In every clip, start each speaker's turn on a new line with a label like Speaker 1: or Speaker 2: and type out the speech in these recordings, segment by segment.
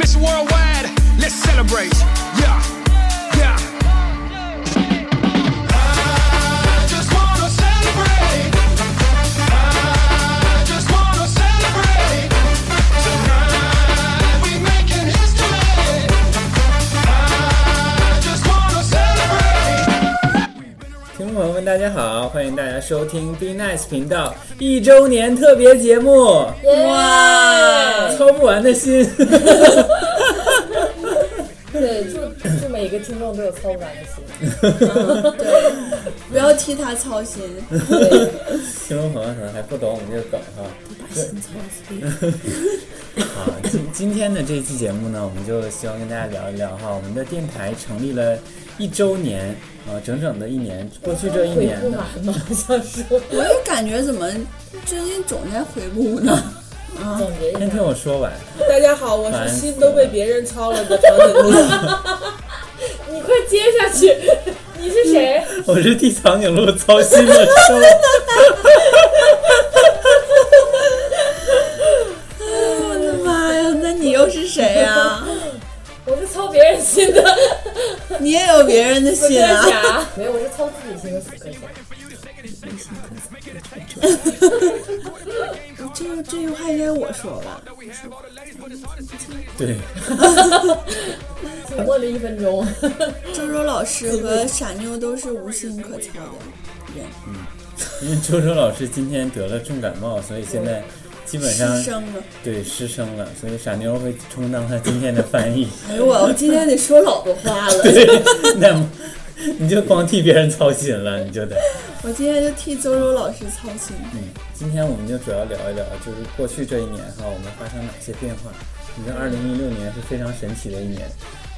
Speaker 1: It's worldwide. Let's celebrate. Yeah. Yeah. I just wanna celebrate. I just wanna celebrate. Tonight we making history. I just wanna celebrate.
Speaker 2: 听众朋友们，大家好，欢迎大家收听 Be Nice 频道一周年特别节目，
Speaker 3: 哇！
Speaker 2: 操不完的 心。
Speaker 3: 对，祝祝每一个听众都有操不完的心。
Speaker 4: 不要替他操心。
Speaker 2: 听众梗可能还不懂我们这个梗哈。 啊，今今天的这一期节目呢，我们就希望跟大家聊一聊哈，我们的电台成立了一周年啊、整整的一年，过去这一
Speaker 3: 悔
Speaker 2: 年
Speaker 3: 不
Speaker 5: 啊
Speaker 2: 呢，
Speaker 3: 满吗？ 好像说
Speaker 4: 我就感觉怎么最近总在回顾呢？
Speaker 3: 总结一
Speaker 2: 先
Speaker 3: 下，
Speaker 2: 听我说完。
Speaker 5: 大家好，我
Speaker 2: 烦
Speaker 5: 是
Speaker 2: 死
Speaker 5: 心都被别人操了的长颈鹿。
Speaker 3: 你快接下去。你是谁？
Speaker 2: 我是替长颈鹿操心 的受。
Speaker 4: 我的 妈呀，那你又是谁啊呀、
Speaker 3: 我是操别人心 的
Speaker 4: 你也有别人的
Speaker 3: 死
Speaker 4: 心
Speaker 3: 磕
Speaker 4: 啊？
Speaker 3: 侠。没有，我是操自己心的死磕侠。
Speaker 4: 这个这句话应该我说吧？
Speaker 2: 对，
Speaker 3: 沉默了一分钟。
Speaker 4: 周周老师和傻妞都是无心可操的。
Speaker 2: 因为周周老师今天得了重感冒，所以现在基本上
Speaker 4: 失声了，
Speaker 2: 对失声了，所以傻妞会充当他今天的翻译。
Speaker 4: 哎呦我，我今天得说老多话了，
Speaker 2: 对，那么你就光替别人操心了，你就得。
Speaker 4: 我今天就替周周老师操心。
Speaker 2: 嗯，今天我们就主要聊一聊，就是过去这一年哈，我们发生哪些变化。你看，二零一六年是非常神奇的一年，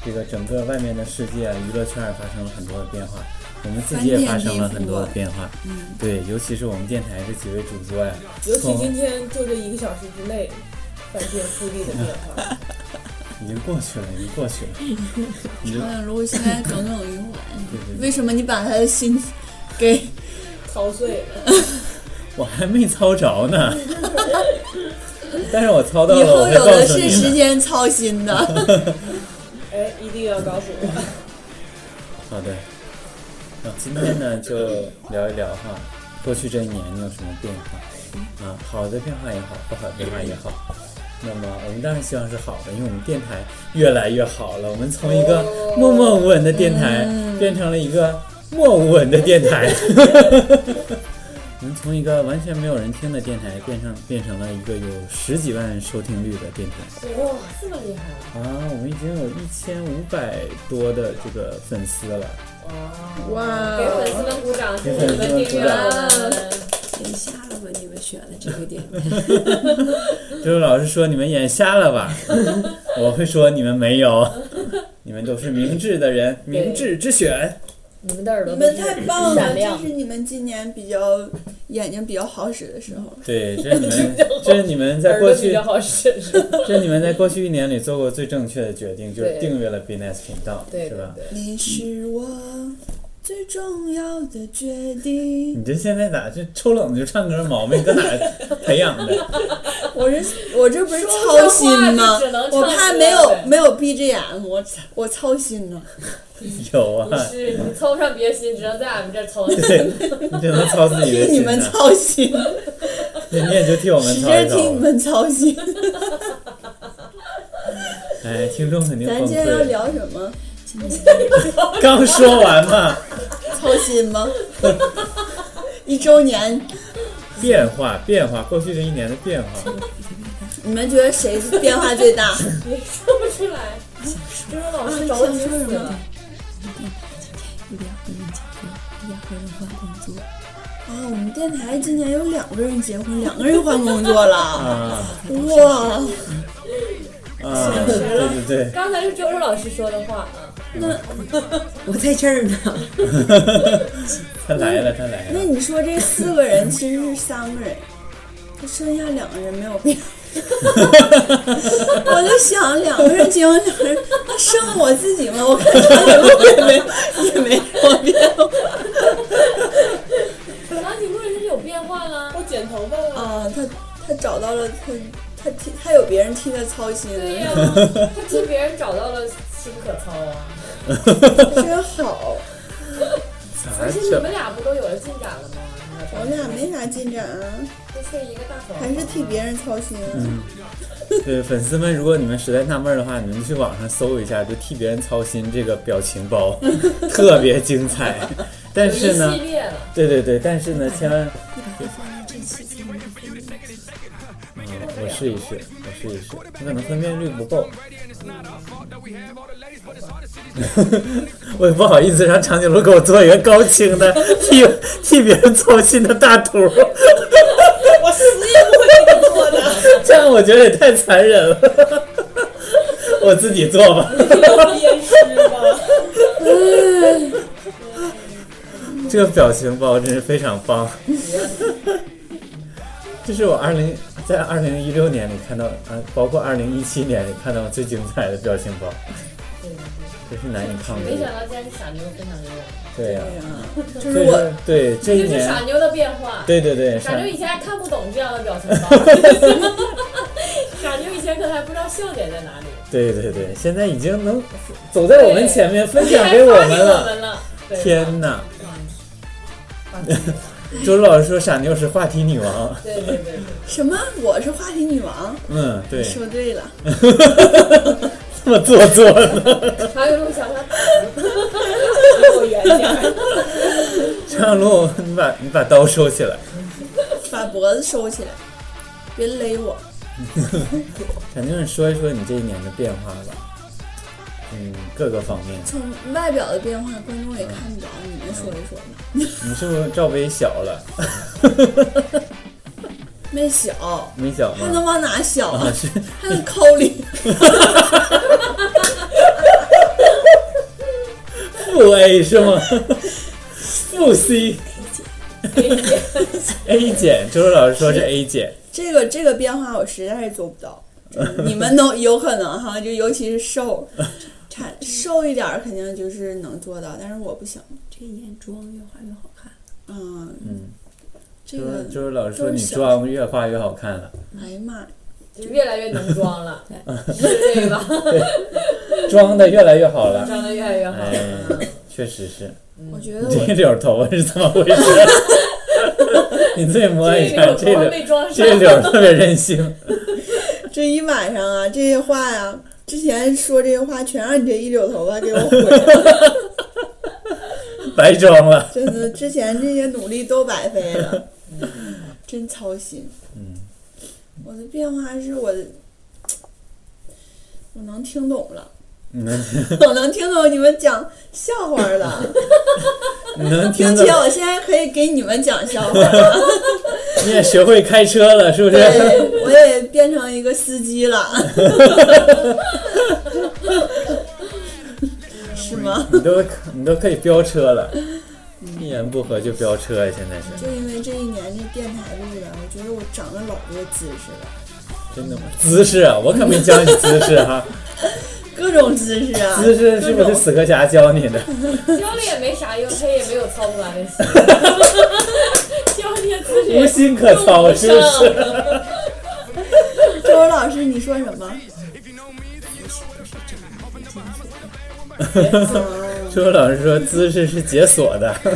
Speaker 2: 这个整个外面的世界啊，娱乐圈也发生了很多的变化，我们自己也发生了很多的变化。嗯，对，尤其是我们电台这几位主播呀、
Speaker 5: 尤其
Speaker 2: 从
Speaker 5: 今天就这一个小时之内，翻天覆地的变化。
Speaker 2: 已经过去了，已经过去了。你就
Speaker 4: 长颈鹿现在耿耿于怀，
Speaker 2: 对对对，
Speaker 4: 为什么你把他的心给？
Speaker 5: 操碎了，
Speaker 2: 我还没操着 呢，但是我操到
Speaker 4: 以
Speaker 2: 了，
Speaker 4: 后
Speaker 2: 呃我会
Speaker 4: 有
Speaker 2: 告
Speaker 4: 的
Speaker 2: 诉
Speaker 4: 是
Speaker 2: 你
Speaker 4: 时
Speaker 2: 的。
Speaker 4: 间操心的。
Speaker 5: 哎，一定要告诉我。
Speaker 2: 好的，那今天呢就聊一聊哈，过去这一年你有什么变化？啊，好的变化也好，不好的变化也好。那么我们当然希望是好的，因为我们电台越来越好了。我们从一个默默无闻的电台变成了一个默无闻的电台。 我们从一个完全没有人听的电台变成变成了一个有十几万收听率的电台。
Speaker 3: 哇，这么厉害啊！
Speaker 2: 啊，我们已经有一千五百多的这个粉丝了，
Speaker 4: 哇
Speaker 3: 给粉
Speaker 4: 哦！
Speaker 3: 丝们鼓掌，谢
Speaker 2: 给
Speaker 3: 谢你
Speaker 2: 粉丝
Speaker 3: 们订
Speaker 2: 们鼓
Speaker 3: 阅啊我
Speaker 2: 掌。
Speaker 3: 们。
Speaker 4: 眼瞎了吧？你们选的这个点，
Speaker 2: 周周老师说你们眼瞎 了吧？我会说你们没有，你们都是明智的人，明智之选。
Speaker 3: 你们的耳朵
Speaker 4: 你
Speaker 3: 都
Speaker 4: 们
Speaker 3: 是
Speaker 4: 太棒了！
Speaker 3: 闪亮
Speaker 4: 这是你们今年比较眼睛比较好使的时候。
Speaker 2: 对，这是 你们，这是你们在
Speaker 3: 耳
Speaker 2: 过
Speaker 3: 朵比
Speaker 2: 去
Speaker 3: 较，好使。 是吧
Speaker 2: 这是你们在过去一年里做过最正确的决定，就是
Speaker 3: 对
Speaker 2: 订阅了 b n s 频道，
Speaker 3: 对
Speaker 2: 是
Speaker 3: 对
Speaker 2: 吧？
Speaker 3: 对。
Speaker 4: 你是我最重要的决定。
Speaker 2: 你这现在咋这抽冷子就唱歌毛病搁哪儿培养的？
Speaker 4: 我这我这不是操心
Speaker 3: 说不上话
Speaker 4: 吗
Speaker 3: 就只能？唱
Speaker 4: 我
Speaker 3: 歌
Speaker 4: 怕没有
Speaker 3: 呗
Speaker 4: 没有闭着眼，我我操心呢。
Speaker 2: 有啊
Speaker 3: 你，是
Speaker 4: 嗯
Speaker 3: 你操不上别的心，只能在俺们这儿操心。
Speaker 2: 对，你只能操自己的
Speaker 4: 替 你
Speaker 2: 心
Speaker 4: 们
Speaker 2: 呐，
Speaker 4: 操心，
Speaker 2: 你也就替我们
Speaker 4: 使
Speaker 2: 操一
Speaker 4: 劲替
Speaker 2: 操
Speaker 4: 你
Speaker 2: 吧。
Speaker 4: 们操心。
Speaker 2: 哎，听众肯定
Speaker 4: 咱
Speaker 2: 崩
Speaker 4: 今天要
Speaker 2: 溃了。
Speaker 4: 聊什么？
Speaker 2: 刚说完嘛，
Speaker 4: 操心吗？ 一周年，
Speaker 2: 变化变化，过去这一年的变化，
Speaker 4: 你们觉得谁变化最大？
Speaker 3: 你说不出来，就是
Speaker 4: 呃
Speaker 3: 老师着急死了。
Speaker 4: 啊，我们电台今年有两个人结婚，两个人换工作了，
Speaker 2: 啊
Speaker 4: 哇！
Speaker 2: 啊！对对对，
Speaker 3: 刚才是周周老师说的话
Speaker 4: 嗯
Speaker 3: 啊，
Speaker 6: 我在这儿呢，
Speaker 2: 他来了，他来
Speaker 4: 那
Speaker 2: 了。
Speaker 4: 你说这四个人其实是三个人，就剩下两个人没有变。 我就想两个人结婚，两个人那剩我自己吗？我看他也没也没也没我变化
Speaker 3: 长颈鹿人是有变化了。
Speaker 5: 我剪头发了，
Speaker 4: 啊，他他找到了他他替他有别人替他操心，
Speaker 3: 对呀、他替别人找到了心可操啊！
Speaker 4: 真好。
Speaker 2: 咋
Speaker 3: 而且你
Speaker 2: 整
Speaker 3: 们？俩不都有了进展了吗？
Speaker 4: 我俩没啥进展啊，
Speaker 3: 就是一个大房，
Speaker 4: 还是替别人操心。啊
Speaker 2: 嗯对，粉丝们，如果你们实在纳闷儿的话，你们去网上搜一下，就替别人操心这个表情包，特别精彩。但是呢
Speaker 3: 一，系列了，
Speaker 2: 对对对，但是呢，千万，嗯，我试一试，我试一试，我可能分辨率不够， 我也不好意思让长颈鹿给我做一个高清的替替别人操心的大图，
Speaker 4: 我死也不会给你 做的，
Speaker 2: 这样我觉得也太残忍了， 我自己做吧。
Speaker 5: 鞭尸吧。
Speaker 2: 这个表情包真是非常棒。 这是我二零在二零一六年里看到啊，包括二零一七年里看到最精彩的表情包，真是难以抗
Speaker 3: 没
Speaker 2: 拒。
Speaker 3: 想到竟然是傻妞跟傻妞，
Speaker 2: 对呀、
Speaker 4: 啊就
Speaker 2: 所
Speaker 4: 是
Speaker 2: 以
Speaker 4: 我
Speaker 2: 说对这一
Speaker 3: 这就是傻
Speaker 2: 年，
Speaker 3: 妞的变化。
Speaker 2: 对对对，
Speaker 3: 傻
Speaker 2: 上
Speaker 3: 妞以前还看不懂这样的表情 包，傻妞以前可能还不知道笑点在哪里，
Speaker 2: 对对对，现在已经能走在我们前面，分享给我
Speaker 3: 还发
Speaker 2: 们
Speaker 3: 给我
Speaker 2: 了。
Speaker 3: 们了。对
Speaker 2: 天哪！周老师说傻妞是话题女王，
Speaker 3: 对对对对，
Speaker 4: 什么？我是话题女王，
Speaker 2: 嗯，对，
Speaker 4: 说对了，
Speaker 2: 这么做作呢。
Speaker 3: 还有路想想，
Speaker 2: 张璐，你把你把刀收起来。
Speaker 4: 把脖子收起来，别勒我。
Speaker 2: 反正说一说你这一年的变化吧，嗯，各个方面，
Speaker 4: 从外表的变化，观众也看不着，你们说一说吧。
Speaker 2: 你是不是罩杯小了？
Speaker 4: 没小，
Speaker 2: 没小
Speaker 4: 还能
Speaker 2: 吗？
Speaker 4: 往哪小
Speaker 2: 嗯啊，
Speaker 4: 啊？
Speaker 2: 是
Speaker 4: 还能抠里，
Speaker 2: 负 A 是吗？负 C。A 减，周周老师说是 A 减，
Speaker 4: 这个这个变化我实在是做不 到。就是你们能有可能哈，就尤其是瘦，差瘦一点儿肯定就是能做到，但是我不行。
Speaker 6: 这一年妆越化越好看，
Speaker 4: 嗯，
Speaker 2: 嗯，
Speaker 4: 这
Speaker 2: 周
Speaker 4: 个
Speaker 2: 周，周老师说
Speaker 4: 都是
Speaker 2: 你
Speaker 4: 小
Speaker 2: 妆越化越好看了，
Speaker 4: 哎呀妈呀，
Speaker 3: 就越来越浓妆了，是这个吧？
Speaker 2: 妆的越来越好了，
Speaker 3: 长得越来越好
Speaker 2: 哎
Speaker 3: 了。，
Speaker 2: 确实是，
Speaker 4: 我觉得
Speaker 2: 你这
Speaker 4: 我
Speaker 2: 绺头发是怎么回 事？你自己摸一下，这
Speaker 3: 我
Speaker 2: 绺
Speaker 3: 没装上
Speaker 2: 这，绺特别任性，
Speaker 4: 这一晚上啊，这些话呀、之前说这些话全让你这一绺头发给我毁了，
Speaker 2: 白装了。
Speaker 4: 真的，之前这些努力都白 费了，真操心。
Speaker 2: 嗯，
Speaker 4: 我的变化是我的，我能听懂了，
Speaker 2: 你能
Speaker 4: 我能听懂你们讲笑话了，
Speaker 2: 你能听
Speaker 4: 并
Speaker 2: 懂
Speaker 4: 且？我现在可以给你们讲笑话了，
Speaker 2: 你也学会开车了，是不是？
Speaker 4: 对，我也变成一个司机了， 是吗？
Speaker 2: 你都可你都可以飙车了，一言不合就飙车啊呀！现在是
Speaker 4: 就因为这一年这电台录的，我觉得我长了老多姿势了，
Speaker 2: 真的吗？姿势啊，我可没教你姿势哈、
Speaker 4: 各种姿势啊，
Speaker 2: 姿势是不是死磕侠教你的？
Speaker 3: 教了也没啥用，他也没有操不完的 心。教那些姿势
Speaker 2: 无
Speaker 3: 也
Speaker 2: 心可操，是不是？
Speaker 4: 周文老师，你说什么？
Speaker 2: 周老师说姿势是解锁的，
Speaker 3: 不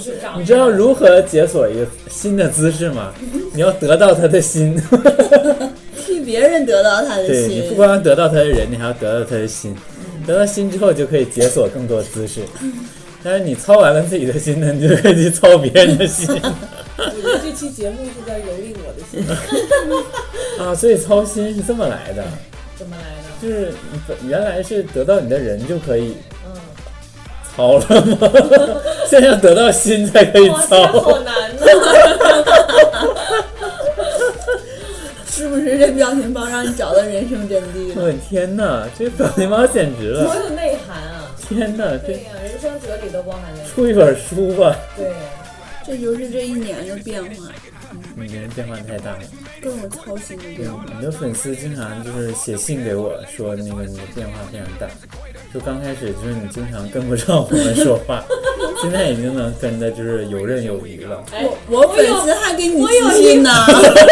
Speaker 3: 是长
Speaker 2: 你知道如何解锁一个新的姿势吗？你要得到他的心，
Speaker 4: 替别人得到他的
Speaker 2: 对
Speaker 4: 心，
Speaker 2: 你不光要得到他的人，你还要得到他的心。得到心之后，就可以解锁更多姿势。但是你操完了自己的心呢，你就可以去操别人的心。
Speaker 5: 我觉得这期节目是在蹂躏我的心。
Speaker 2: 啊，所以操心是这么来的，
Speaker 3: 怎么来的？
Speaker 2: 就是你本原来是得到你的人就可以
Speaker 3: 嗯，
Speaker 2: 操了吗？ 现在要得到心才可以
Speaker 3: 哇塞，
Speaker 2: 操。
Speaker 3: 好难呐！
Speaker 5: 啊
Speaker 4: 是不是这表情包让你找到人生真谛
Speaker 2: 我
Speaker 4: 了？
Speaker 2: 的天哪，这表情包简直
Speaker 3: 多
Speaker 2: 了！
Speaker 3: 有内涵啊！
Speaker 2: 天哪，这
Speaker 3: 对呀，人生哲理都包含在里。
Speaker 2: 出一本书吧。
Speaker 3: 对呀，
Speaker 4: 这就是这一年的变化，
Speaker 2: 你这人变化太大了，嗯
Speaker 4: 各种操心的变化。
Speaker 2: 你的粉丝经常就是写信给我说，那个你的变化非常大。就刚开始就是你经常跟不上我们说话， 现在已经能跟的就是游刃有余了。
Speaker 3: 哎，
Speaker 4: 我
Speaker 3: 我
Speaker 4: 粉
Speaker 3: 有
Speaker 4: 丝还给你
Speaker 3: 我有
Speaker 4: 私信呢，
Speaker 3: 我有一个问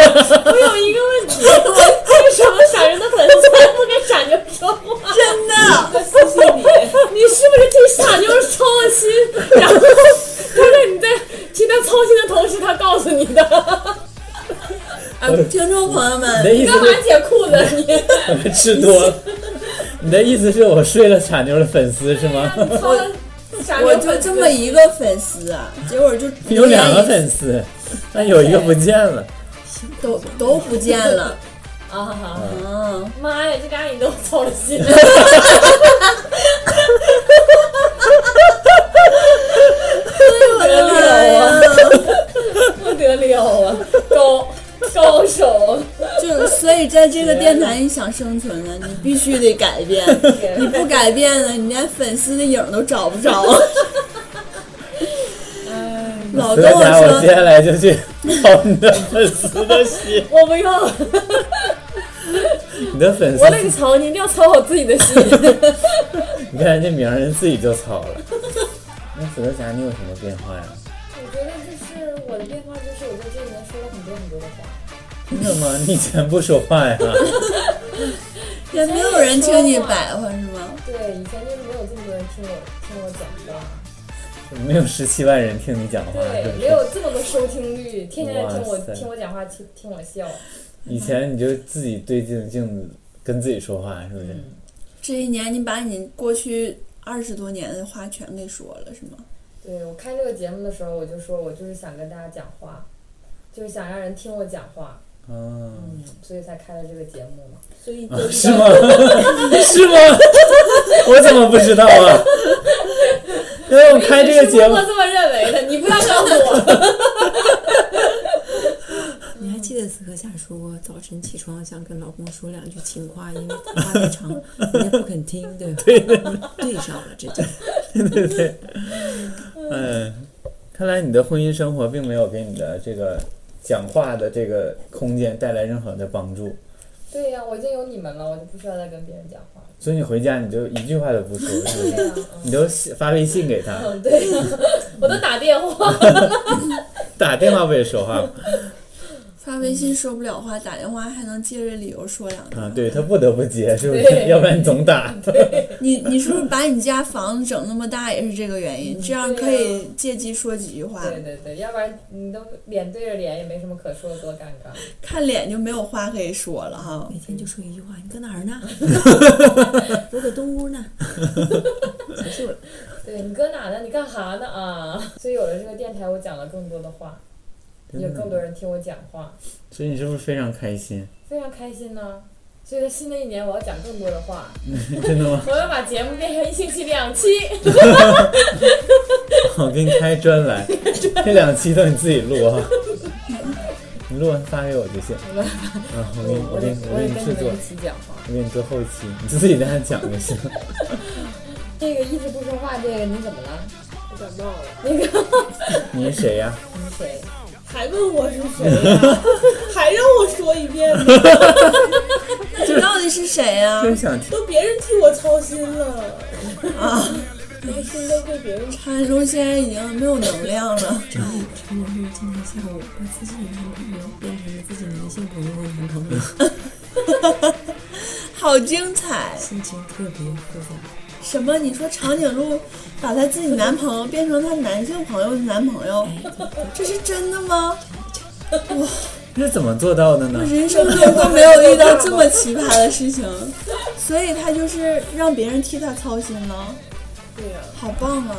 Speaker 3: 题，
Speaker 5: 啊 解
Speaker 4: 哎
Speaker 5: 裤子， 你
Speaker 2: 吃多了。你的意思是我睡了傻妞的粉丝是吗？
Speaker 5: 操了傻妞
Speaker 4: 我
Speaker 5: 粉丝
Speaker 4: 就这么一个粉丝啊，结果就
Speaker 2: 有两个粉丝，但有一个不见了。
Speaker 4: 都都不 见了。
Speaker 5: 啊哈哈！
Speaker 4: 嗯，
Speaker 5: 妈呀，这嘎你都操了心了。不得了
Speaker 4: 哎
Speaker 5: 啊！不得了啊！高 高手，
Speaker 4: 就是所以在这个电台，你想生存呢，你必须得改变。你不改变呢，你连粉丝的影儿都找不 着。老
Speaker 2: 所
Speaker 5: 哎
Speaker 4: 跟
Speaker 2: 以
Speaker 4: 我
Speaker 2: 讲，我接
Speaker 4: 说，
Speaker 2: 下来就去操你的粉丝的心，
Speaker 5: 我 不用，
Speaker 2: 你的粉丝
Speaker 5: 我，勒个操！你一定要操好自己的 心。
Speaker 2: 你看这名儿人自己就操了。那死德侠，你有什么变化呀？
Speaker 5: 我觉得就是我的变化，就是我在这里面说了很多很多的话。
Speaker 2: 真的吗？你以前不说话呀？
Speaker 4: 也没有人听你白话是吗？
Speaker 5: 对，以前就是没有这么多人听我听我讲话，
Speaker 2: 啊没有十七万人听你讲话，是
Speaker 5: 对，
Speaker 2: 不
Speaker 5: 没有
Speaker 2: 是？
Speaker 5: 这么多收听率，天天听我
Speaker 2: 哇塞
Speaker 5: 听我讲话，听听我笑。
Speaker 2: 以前你就自己对镜镜子跟自己说话，是不是？
Speaker 4: 这一年你把你过去二十多年的话全给说了是吗？
Speaker 5: 对我看这个节目的时候，我就说我就是想跟大家讲话，就是想让人听我讲话，
Speaker 2: 嗯，
Speaker 5: 嗯，所以才开了这个节目嘛。
Speaker 7: 所以
Speaker 2: 啊是吗？是吗？ 我怎么不知道啊？因为我开这个节目
Speaker 5: 我，这么认为的，你不要告 诉我。
Speaker 6: 你还记得此刻夏说过，早晨起床想跟老公说两句情话，因为话太长，人家不肯听，对吧？ 对上了，这就
Speaker 2: 对对对，嗯，看来你的婚姻生活并没有给你的这个讲话的这个空间带来任何的帮助，
Speaker 5: 对呀、我已经有你们了，我就不需要再跟别人讲话。
Speaker 2: 所以你回家你就一句话都不说，是不是？
Speaker 5: 对呀、
Speaker 2: 你都发微信给他，
Speaker 5: 嗯， 对呀、我都打电话。
Speaker 2: 打电话不也说话吗？
Speaker 4: 发微信说不了话，打电话还能借着理由说两句。
Speaker 2: 啊，对他不得不接，是不是？
Speaker 5: 对
Speaker 2: 要不然你总打。
Speaker 4: 你你是不是把你家房子整那么大也是这个原因？这样可
Speaker 5: 对
Speaker 4: 以借机说几句话，
Speaker 5: 对对对，要不然你都脸对着脸，也没什么可说的，多尴尬。
Speaker 4: 看脸就没有话可以说了
Speaker 5: 嗯
Speaker 4: 哈。
Speaker 6: 每天就说一句话：“你搁哪儿 呢？我搁东屋呢。”结束了。
Speaker 5: 对你搁哪呢？你干哈呢啊？ 所以有了这个电台，我讲了更多的话，有更多人听我讲话，
Speaker 2: 所以你是不是非常开心？
Speaker 5: 非常开心呢、所以在新的一年，我要讲更多的话，
Speaker 2: 真的吗？
Speaker 5: 我要把节目变成一星期两期。
Speaker 2: 我哦给你开专栏，这两期都你自己录啊。你录完发给我就行。啊，我给你，我
Speaker 5: 得
Speaker 2: 给你，
Speaker 5: 我
Speaker 2: 我给
Speaker 5: 得
Speaker 2: 你
Speaker 5: 跟
Speaker 2: 制
Speaker 5: 你
Speaker 2: 作
Speaker 5: 们一，起讲话。
Speaker 2: 我给你做后期，你自己在那讲就行。
Speaker 5: 这个一直不说话，这个你怎么了？
Speaker 7: 我感冒了，
Speaker 2: 你是谁呀、
Speaker 5: 你是谁？
Speaker 7: 还问我是谁呀、 还让我说一遍吗，
Speaker 4: 你到底是谁啊 呀、
Speaker 2: 真想听。
Speaker 7: 都别人替我操心了
Speaker 4: 啊！
Speaker 7: 我心都被别人
Speaker 4: 潘中先生已经没有能量了，
Speaker 6: 陈陈老师今天下午把自己的男朋友变成了自己男性朋友的男朋友，
Speaker 4: 好精彩！
Speaker 6: 心情特别复杂。
Speaker 4: 什么？你说长颈鹿把她自己男朋友变成她男性朋友的男朋友，
Speaker 7: 哎
Speaker 4: 这是真的吗？
Speaker 2: 这怎么做到的呢？
Speaker 4: 人生中都没有遇到这么奇葩的事情，所以她就是让别人替她操心了，
Speaker 7: 对呀、
Speaker 4: 好棒啊！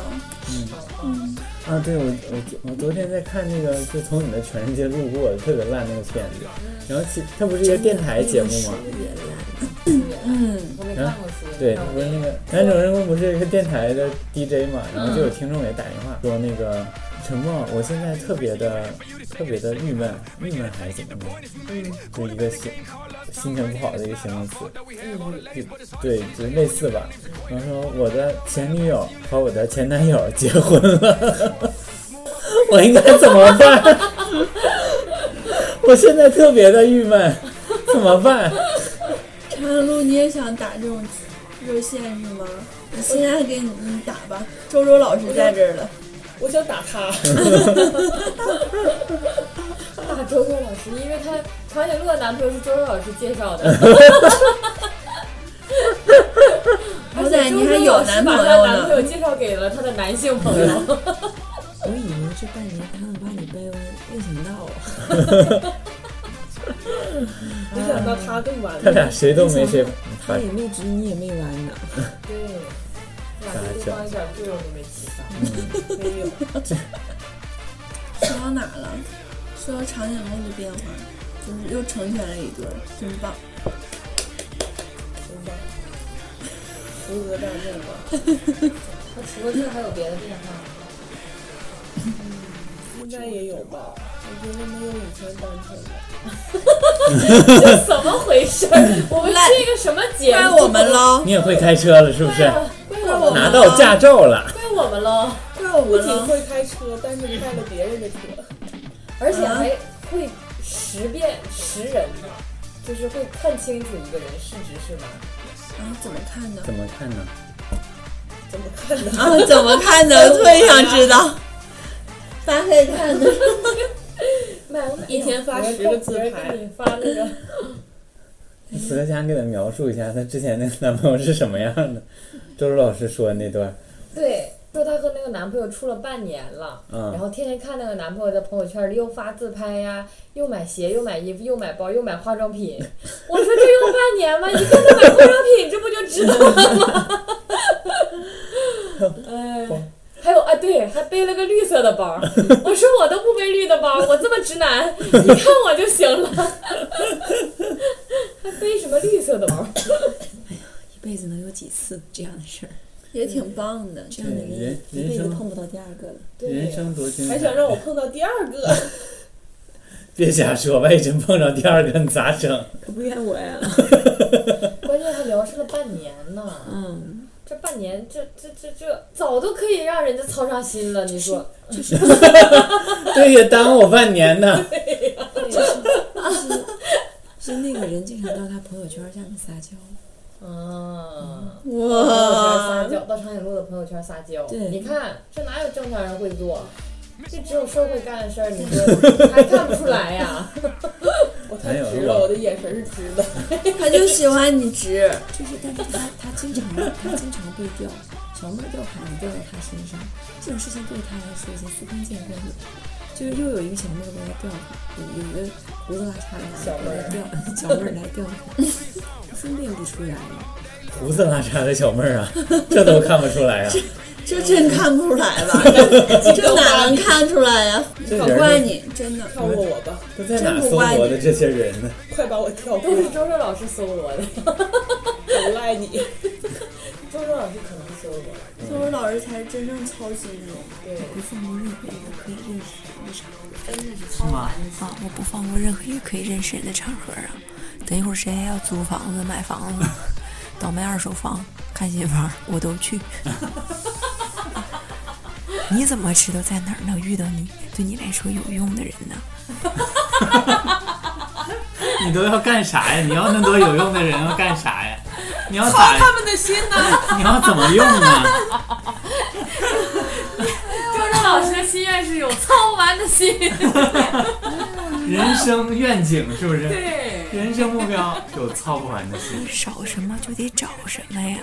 Speaker 2: 啊，对我我昨我昨天在看那个，就从你的全世界路过特别烂那个片子，然后其它不是一个电台节目吗？
Speaker 5: 我没看过书。
Speaker 2: 对，
Speaker 5: 看
Speaker 2: 他
Speaker 5: 过
Speaker 2: 不是那个《南城人工》不是一个电台的 DJ 嘛，然后就有听众给打电话说那个陈默，我现在特别的特别的郁闷，郁闷还是怎么的，就一个心心情不好的一个形容词，就对，就类似吧。然后说我的前女友和我的前男友结婚了， 我应该怎么办？ 我现在特别的郁闷，怎么办？
Speaker 4: 长颈鹿，你也想打这种热线是吗？你现在给你你打吧，周周老师在这儿了。
Speaker 7: 我想打他，
Speaker 5: 大周周老师，因为她长颈鹿的男朋友是周周老师介绍的，
Speaker 4: 好歹你还有男朋
Speaker 5: 而且周周老师把她的男朋
Speaker 4: 友
Speaker 5: 友
Speaker 4: 呢，
Speaker 5: 介绍给了她的男性朋友。
Speaker 6: 我以为这半年他能把你掰弯，没想到啊。
Speaker 8: 没想到他更完
Speaker 2: 他
Speaker 8: 美，
Speaker 2: 俩谁都没 谁
Speaker 6: 他
Speaker 2: 他
Speaker 6: 也没直，你也没弯呢。
Speaker 8: 对，俩对对方一点作用都没起到，没有。
Speaker 4: 说到哪儿了？说到长颈鹿的变化，就是又成全了一对儿，真棒。
Speaker 8: 明白。福格战胜吧。
Speaker 5: 他除了这还有别的变化吗？
Speaker 8: 应该也有吧，我觉得没有以前单纯了。
Speaker 9: 怎么回事儿？我们是一个什么节
Speaker 4: 该
Speaker 9: 目？
Speaker 4: 啊我们喽，
Speaker 2: 你也会开车了是不是？
Speaker 9: 怪我们，
Speaker 2: 拿到驾照了，
Speaker 9: 怪我们喽！
Speaker 4: 该啊我
Speaker 8: 不
Speaker 4: 们
Speaker 8: 仅
Speaker 4: 喽。
Speaker 8: 会开车，但是开了别人的车，
Speaker 5: 而
Speaker 8: 啊
Speaker 5: 且还会识辨识人呢，就是会看清楚一个人是直是弯。
Speaker 4: 啊，怎么看的？
Speaker 2: 怎么看呢？
Speaker 8: 怎么看呢？
Speaker 4: 啊，怎么 看的？特别想知道。 发黑看的，
Speaker 8: 一天发十个自拍，
Speaker 9: 你发那个，
Speaker 2: 死克侠，你给他描述一下他之前那个男朋友是什么样 的？周周老师说的那段，
Speaker 5: 对，说她和那个男朋友处了半年了，
Speaker 2: 嗯
Speaker 5: 然后天天看那个男朋友在朋友圈里又发自拍呀、又买鞋，又买衣服，又买包，又买化妆品。我说这用半年吗？一看他买化妆品，这不就知道了吗？哎，还有啊，对，还背了个绿色的包。我说我都不背绿的包，我这么直男，你看我就行了。 还背什么绿色的包？
Speaker 6: 一辈子能有几次这样的事儿？
Speaker 4: 也挺棒的。
Speaker 6: 这样的
Speaker 2: 对人
Speaker 6: 人一
Speaker 2: 人
Speaker 6: 辈子
Speaker 2: 生
Speaker 6: 碰不到第二个了。
Speaker 2: 人生多精
Speaker 8: 还
Speaker 2: 彩。
Speaker 8: 想让我碰到第二个，
Speaker 2: 哎别瞎说，万一真碰上第二个，你咋整？
Speaker 6: 可不怨我呀。
Speaker 5: 关键还聊上了半年呢。
Speaker 6: 嗯，
Speaker 5: 这半年，这这这这早都可以让人家操上心了。你说，
Speaker 2: 对呀，耽误我半年 呢。
Speaker 6: 是那个人经常到他朋友圈下面撒娇。
Speaker 5: 啊，朋友圈
Speaker 8: 呃
Speaker 4: 哇
Speaker 5: 撒，娇，到长颈鹿的朋友圈撒娇。
Speaker 6: 对
Speaker 5: 你看这哪有正常人会做？这只有社会干的事儿，你 说还看不出来呀？
Speaker 8: 我太 直了，我的眼神是直的。
Speaker 4: 他就喜欢你直，
Speaker 6: 就是，但是他他经常他经常被钓，小妹儿钓盘子掉在他身上，这种事情对他来说已经司空见惯了。就是又有一个小妹儿过来钓他，有有一个胡子拉碴的小妹儿钓，小妹儿来钓他， 分辨不出来了。
Speaker 2: 胡子拉碴的小妹儿啊，这都看不出来 啊！
Speaker 4: 这真看不出来 吧？这这哪能看出来呀、
Speaker 2: 这
Speaker 4: 好
Speaker 2: 人
Speaker 4: 怪
Speaker 2: 儿
Speaker 4: 你，真的。
Speaker 8: 跳过我吧，
Speaker 2: 都在哪搜罗的这些人呢？
Speaker 8: 快把我跳过
Speaker 5: 都，是周周老师搜罗的，
Speaker 8: 我赖你。
Speaker 5: 周周老师可能搜罗的。
Speaker 4: 周周老师才是真正操心的人。
Speaker 6: 不放过任何一个嗯可以认识人的场合
Speaker 2: 是吗？
Speaker 6: 啊！我不放过任何一个可以认识人的场合啊！等一会儿谁还要租房子、买房 子、倒卖二手房、看新房，我都 去。你怎么知道在哪儿能遇到你对你来说有用的人呢？
Speaker 2: 你都要干啥呀？你要那么多有用的人要干啥呀？你要咋？他们的心呢？你要怎么用 呢？
Speaker 9: 周周老师的心愿是有操完的心。
Speaker 2: 人生愿景是不是？
Speaker 9: 对，
Speaker 2: 人生目标有操不完的心。
Speaker 6: 少什么就得找什么呀！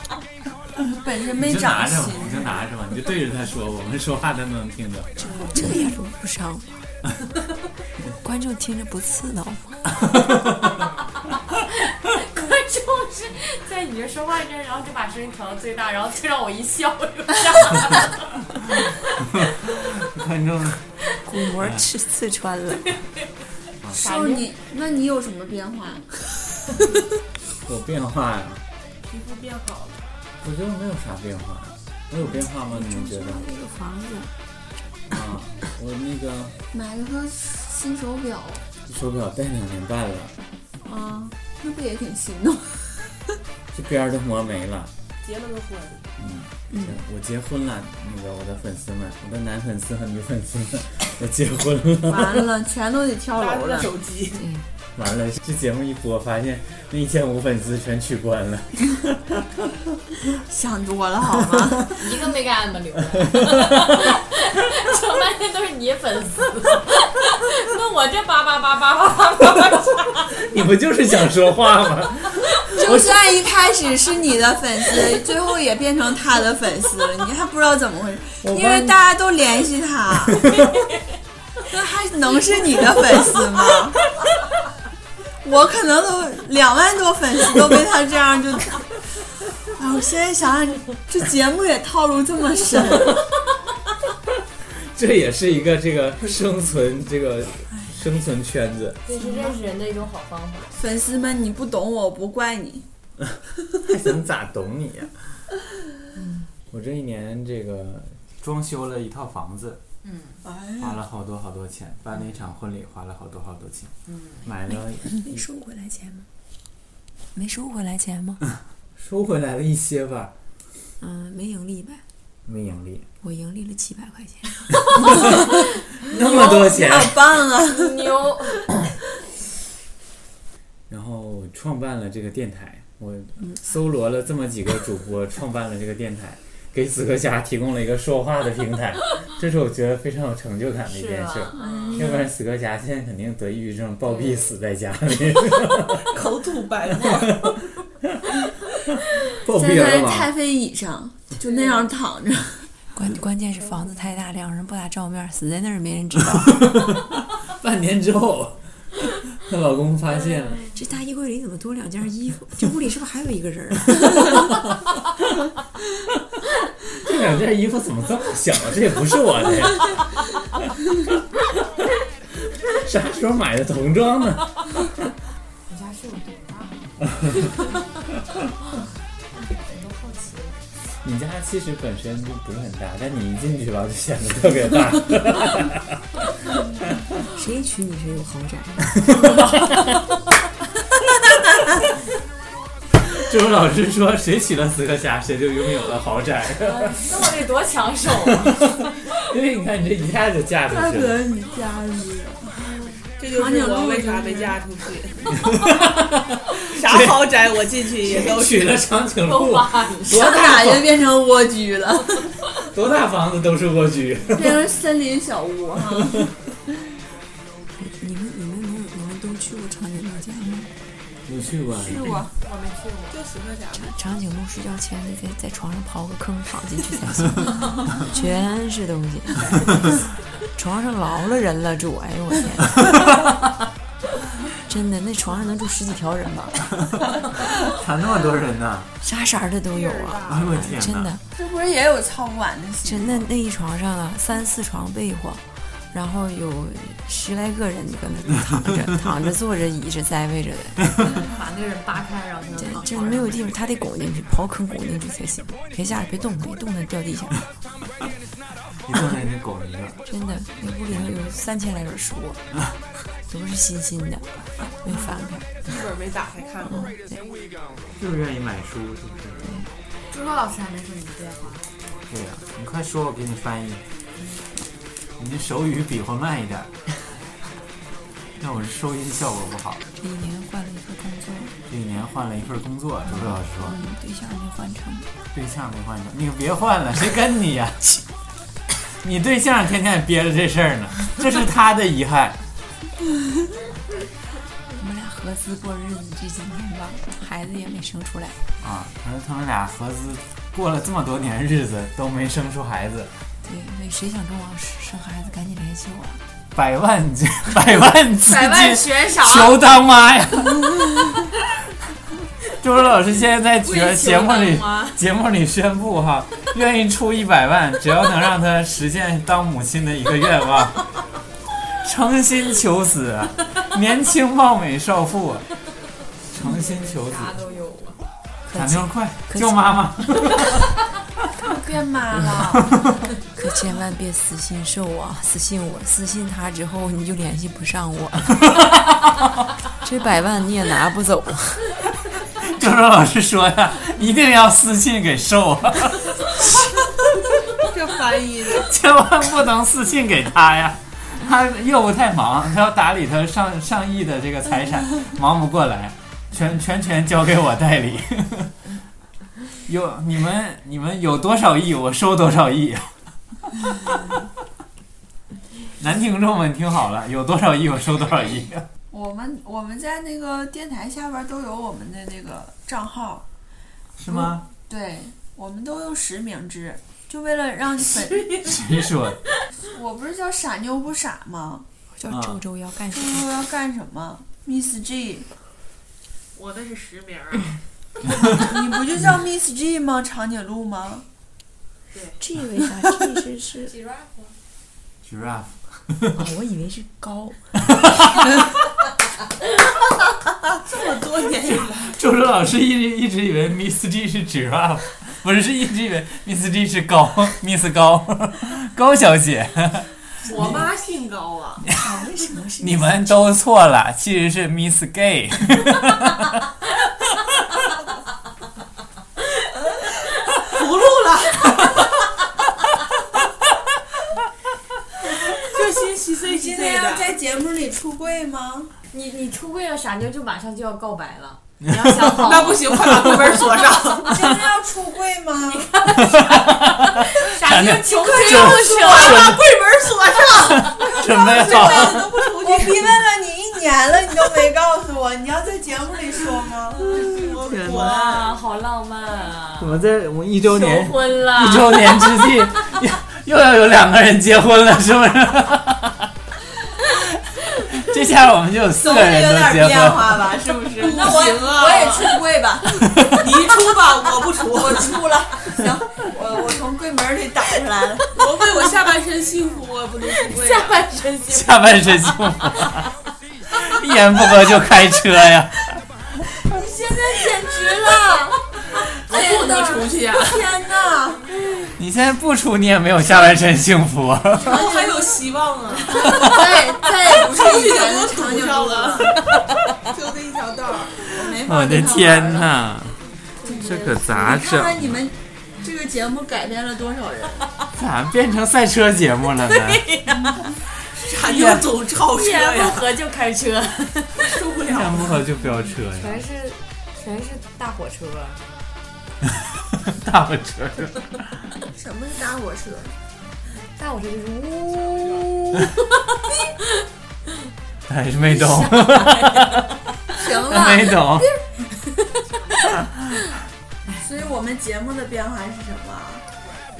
Speaker 4: 本身
Speaker 2: 你
Speaker 4: 没
Speaker 2: 就拿
Speaker 4: 长
Speaker 2: 着吧
Speaker 4: 心，，
Speaker 2: 你就拿着吧，你就对着他说，我们说话他都能听着。
Speaker 6: 这也录不上吗？观众听着不刺挠吗？
Speaker 9: 观众是在你这说话这，然后就把声音调到最大，然后就让我一笑，是吧？
Speaker 2: 观众，
Speaker 6: 鼓膜刺刺穿了，
Speaker 4: 瘦你，那你有什么变化？
Speaker 2: 有变化呀、
Speaker 8: 皮肤变好了，
Speaker 2: 我觉得没有啥变化，我有变化吗？你们觉得？
Speaker 6: 那个房子
Speaker 2: 啊，我那个
Speaker 4: 买了个新手表
Speaker 2: 手表戴两年半了，
Speaker 4: 啊，那不也挺新的吗？
Speaker 2: 这边儿都磨没了。嗯
Speaker 8: 结了个婚，
Speaker 2: 行，我结婚了，那个我的粉丝们，我的男粉丝和女粉丝们，我结婚 了。
Speaker 4: 完了，全都得跳
Speaker 8: 搭
Speaker 4: 楼
Speaker 8: 着个
Speaker 4: 了。
Speaker 8: 手机，
Speaker 2: 完了，这节目一播，发现那一千五粉丝全取关了。
Speaker 4: 想多了好吗？
Speaker 5: 一个没给俺们留 着，整半天都是你粉丝。 那我这叭叭叭叭叭叭叭叭，
Speaker 2: 你不就是想说话吗？
Speaker 4: 就算一开始是你的粉丝，最后也变成他的粉丝了，你还不知道怎么回事，
Speaker 2: 帮你
Speaker 4: 因为大家都联系他，那还能是你的粉丝吗？我可能都两万多粉丝都被他这样就，啊，我现在想想，这节目也套路这么深，
Speaker 2: 这也是一个这个生存这个生存圈子，
Speaker 10: 这是认识人的一种好方法。
Speaker 4: 粉丝们你不懂我，我不怪你。
Speaker 2: 还能咋懂你呀、我这一年这个装修了一套房子，
Speaker 10: 嗯
Speaker 4: 哎
Speaker 2: 花了好多好多钱，办了一场婚礼，花了好多好多钱，
Speaker 10: 嗯
Speaker 2: 买了
Speaker 6: 没收回来钱吗？没收回来钱吗？
Speaker 2: 收回来了一些吧，
Speaker 6: 嗯，没盈利吧？
Speaker 2: 没盈利，
Speaker 6: 我盈利了七百块钱。
Speaker 2: 那么多钱，
Speaker 10: 哦
Speaker 4: 好棒啊！
Speaker 10: 牛，
Speaker 2: 然后创办了这个电台，我搜罗了这么几个主播，创办了这个电 台，给死磕侠提供了一个说话的平台，这是我觉得非常有成就感的一件事
Speaker 10: 是。吧
Speaker 2: 要不然死磕侠现在肯定得抑郁症暴毙，死在家里，
Speaker 4: 口吐白沫，
Speaker 2: 暴
Speaker 4: 在
Speaker 2: 毙而
Speaker 4: 他
Speaker 2: 亡。
Speaker 4: 太妃椅上就那样躺着，
Speaker 6: 关关键是房子太大，两人不打照面，死在那儿没人知道。
Speaker 2: 半年之后，她老公发现了，
Speaker 6: 这大衣柜里怎么多两件衣服？这屋里是不是还有一个人啊？
Speaker 2: 这两件衣服怎么这么小？啊这也不是我的 呀。啥时候买的童装呢？
Speaker 5: 你家是有多大？我都好奇了。
Speaker 2: 你家其实本身就不是很大，但你一进去吧，就显得特别大。
Speaker 6: 谁娶你谁有豪宅？
Speaker 2: 周周老师说，谁娶了死磕侠，谁就拥有了豪宅。
Speaker 10: 那我得多抢手啊！
Speaker 2: 因为你看，你这一下就嫁出
Speaker 4: 怪
Speaker 2: 去
Speaker 4: 不
Speaker 2: 了。
Speaker 4: 得你家里
Speaker 11: 这就是我为啥没嫁出去。啥豪宅我进去也都
Speaker 2: 娶
Speaker 11: 是
Speaker 2: 了长颈鹿，
Speaker 4: 上哪就变成蜗居 了，
Speaker 2: 多大房子都是蜗居。
Speaker 4: 变成森林小屋哈。
Speaker 6: 你们你们没有你们都去过长颈鹿家吗？
Speaker 2: 我去过，
Speaker 6: 长颈鹿睡觉前得在在床上刨个坑躺进去才行，全是东西，床上劳了人了住，哎呦我天！真的，那床上能住十几条人吧？
Speaker 2: 咋那么多人呢？
Speaker 6: 啥色儿的都有啊！
Speaker 2: 哎呦我天
Speaker 6: 真的，
Speaker 4: 这不是也有操管的习
Speaker 6: 真的那一床上啊，三四床被窝，然后有十来个人搁那躺着、躺着、坐着、倚着、栽位着 的，
Speaker 10: 把那个人扒开，然后
Speaker 6: 这
Speaker 10: 他
Speaker 6: 这没有地方，他得拱进去，刨坑拱进去才行。别下来，别动它，一动它掉地下。
Speaker 2: 一动那狗一个。
Speaker 6: 真的，那屋里头有三千来本 书，都是新新的，没翻开。
Speaker 11: 一本没打开看过。
Speaker 2: 就是愿意买书，是不是？
Speaker 10: 朱周老师还没说你的电话，
Speaker 2: 对呀、你快说，我给你翻译。你那手语比划慢一点， 让我收音效果不好。
Speaker 6: 一年换了一份工作，
Speaker 2: 这一年换了一份工作，周周老师说，
Speaker 6: 嗯，对象没换成，
Speaker 2: 对象没换成，你别换了，谁跟你呀、 你对象天天也憋着这事儿呢，这是他的遗憾。
Speaker 6: 我们俩合资过日子这几年吧，孩子也没生出来。
Speaker 2: 啊，他说他们俩合资过了这么多年日子都没生出孩子，
Speaker 6: 对，所以谁想跟我生孩子，赶紧联系我。
Speaker 2: 百万 百万资
Speaker 10: 百
Speaker 2: 金
Speaker 10: 万悬
Speaker 6: 啊
Speaker 10: 赏，
Speaker 2: 求当妈 呀！周周老师现在在节节目里节目里宣布哈，愿意出一百万，只要能让他实现当母亲的一个愿 望，诚心求死，年轻貌美少妇，诚心求死，
Speaker 10: 啥都有啊！
Speaker 2: 小妞快
Speaker 6: 可
Speaker 2: 叫妈妈！
Speaker 4: 变妈了，
Speaker 6: 可千万别私信瘦啊，私信我，私信他之后你就联系不上我。这百万你也拿不走，
Speaker 2: 周周老师说呀，一定要私信给瘦， 啊
Speaker 11: 这翻译的，
Speaker 2: 千万不能私信给他呀。他业务太忙，他要打理他上上亿的这个财产，忙不过来，全全权交给我代理。 有你们你们有多少亿，我收多少亿。 男听众们听好了，有多少亿我收多少亿。
Speaker 4: 我们我们在那个电台下边都有我们的那个账号，
Speaker 2: 是吗？
Speaker 4: 对我们都用实名制，就为了让粉，
Speaker 2: 谁说的？
Speaker 4: 我不是叫傻妞不傻吗？
Speaker 6: 叫周周要干什
Speaker 4: 就
Speaker 6: 么？
Speaker 4: 说要干什么， Miss G，
Speaker 12: 我那是实名儿，啊
Speaker 4: 你不就叫 Miss G 吗？长颈鹿吗？
Speaker 5: 啊
Speaker 6: G 为啥？G 是是
Speaker 13: giraffe
Speaker 2: giraffe
Speaker 6: 啊，我以为是高。
Speaker 12: 这么多年以来，
Speaker 2: 周周老师一直一直以为 Miss G 是 giraffe，不是，是一直以为 Miss G 是高 Miss 高 高小姐，
Speaker 12: 我妈姓高啊，
Speaker 6: 啊，为什么是
Speaker 2: 你们都错了，其实是 Miss Gay。
Speaker 12: 不录了。就新稀碎稀
Speaker 4: 今
Speaker 12: 碎
Speaker 4: 天要
Speaker 12: 的，
Speaker 4: 在节目里出柜吗？
Speaker 5: 你你出柜了，傻妞就马上就要告 白了，你要想好。
Speaker 12: 那不行，快把快门锁上。
Speaker 4: 今天要出柜 吗？
Speaker 5: 傻妞穷追
Speaker 2: 准
Speaker 5: 不舍，
Speaker 12: 把柜门锁上。
Speaker 2: 准备好了，
Speaker 4: 我都不出去，我逼问了你一年了，你都没告诉我，你要在节目里说吗？
Speaker 12: 我
Speaker 2: 天哪
Speaker 5: 哇，好浪漫啊！
Speaker 2: 我们在我们一周
Speaker 5: 求
Speaker 2: 年
Speaker 5: 婚了，
Speaker 2: 一周年之 际，又又要有两个人结婚了， 是不是？这下我们就有四
Speaker 4: 总
Speaker 2: 个
Speaker 4: 是
Speaker 2: 人
Speaker 4: 有
Speaker 2: 都
Speaker 4: 点
Speaker 2: 结
Speaker 4: 变
Speaker 2: 婚，
Speaker 4: 化吧，是不是？那
Speaker 12: 不行啊
Speaker 4: 我也出柜吧，
Speaker 12: 你出吧，我不出。
Speaker 4: 我出了，行，我我从柜门里打出来了。
Speaker 12: 我为我下半身幸福，我也不能出柜
Speaker 5: 下
Speaker 12: 啊。
Speaker 5: 半身心
Speaker 2: 下半身幸福，一言不合就开车呀。
Speaker 4: 现在简直了！
Speaker 12: 我不能出去呀、啊，
Speaker 4: 天 哪，
Speaker 2: 你现在不出，你也没有下半身幸福。
Speaker 12: 我还有希望啊！
Speaker 4: 再再也不是以前的
Speaker 12: 堵
Speaker 4: 长颈
Speaker 12: 上
Speaker 4: 鹿
Speaker 12: 了
Speaker 4: 了，，
Speaker 12: 就这一条道儿。
Speaker 4: 没法
Speaker 2: 我的
Speaker 4: 跟他玩
Speaker 2: 天
Speaker 4: 了！
Speaker 2: 哪，这可咋
Speaker 4: 你看
Speaker 2: 整？
Speaker 4: 看你们这个节目改变了多少人？
Speaker 2: 咋变成赛车节目了呢？
Speaker 12: 产就总超车
Speaker 5: 一言
Speaker 12: 呀
Speaker 5: 不，合就开车，
Speaker 12: 受不
Speaker 2: 一
Speaker 12: 了。
Speaker 2: 言不合就飙车呀，
Speaker 5: 全是全是大火车，啊
Speaker 2: 大货车。
Speaker 4: 什么是搭火车？
Speaker 5: 大火车就是 呜，
Speaker 2: 还是哎 没懂，
Speaker 5: 啊
Speaker 4: 行
Speaker 2: 没
Speaker 4: 了，
Speaker 2: 懂。
Speaker 4: 所以我们节目的变化是什么？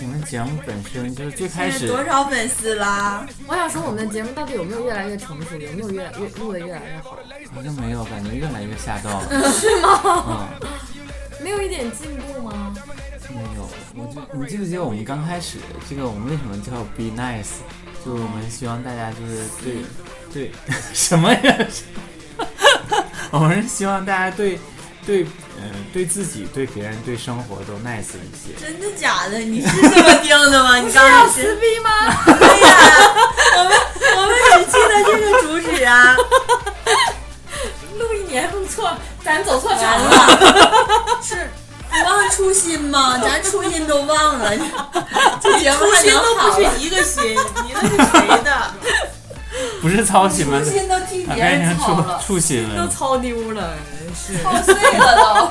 Speaker 2: 我们节目本身就是最开
Speaker 4: 现在
Speaker 2: 始
Speaker 4: 多少粉丝啦？
Speaker 5: 我想说我们的节目到底有没有越来越成熟，有没有越来越录的越来越好，
Speaker 2: 好像没有，感觉越来越吓到了。是吗？
Speaker 5: 没有一点进步吗？
Speaker 2: 嗯，没有。我就你记不记得我们刚开始这个我们为什么叫 Be Nice？就是我们希望大家就是对对什么呀？ 我们是希望大家对对嗯、对自己、对别人、对生活都 nice 一些。
Speaker 4: 真的假的？你是这么定 的吗？你刚才是
Speaker 5: 逼吗？
Speaker 4: 对呀，我们我们只记得这个主旨啊。
Speaker 5: 录一年录错，咱走错场
Speaker 4: 完
Speaker 5: 了。
Speaker 4: 了，啊是你忘了初心吗？咱初心都忘 了，这节目
Speaker 12: 初
Speaker 4: 还
Speaker 12: 心
Speaker 4: 能
Speaker 12: 都不
Speaker 4: 好
Speaker 12: 是一个心，你那是谁的？
Speaker 2: 不是操心吗
Speaker 4: 初？心都替
Speaker 2: 啊
Speaker 4: 别
Speaker 2: 变
Speaker 4: 人
Speaker 2: 成
Speaker 4: 操
Speaker 2: 初
Speaker 4: 了，
Speaker 2: 初心
Speaker 5: 都
Speaker 2: 了，
Speaker 5: 操丢了，真是
Speaker 4: 操碎了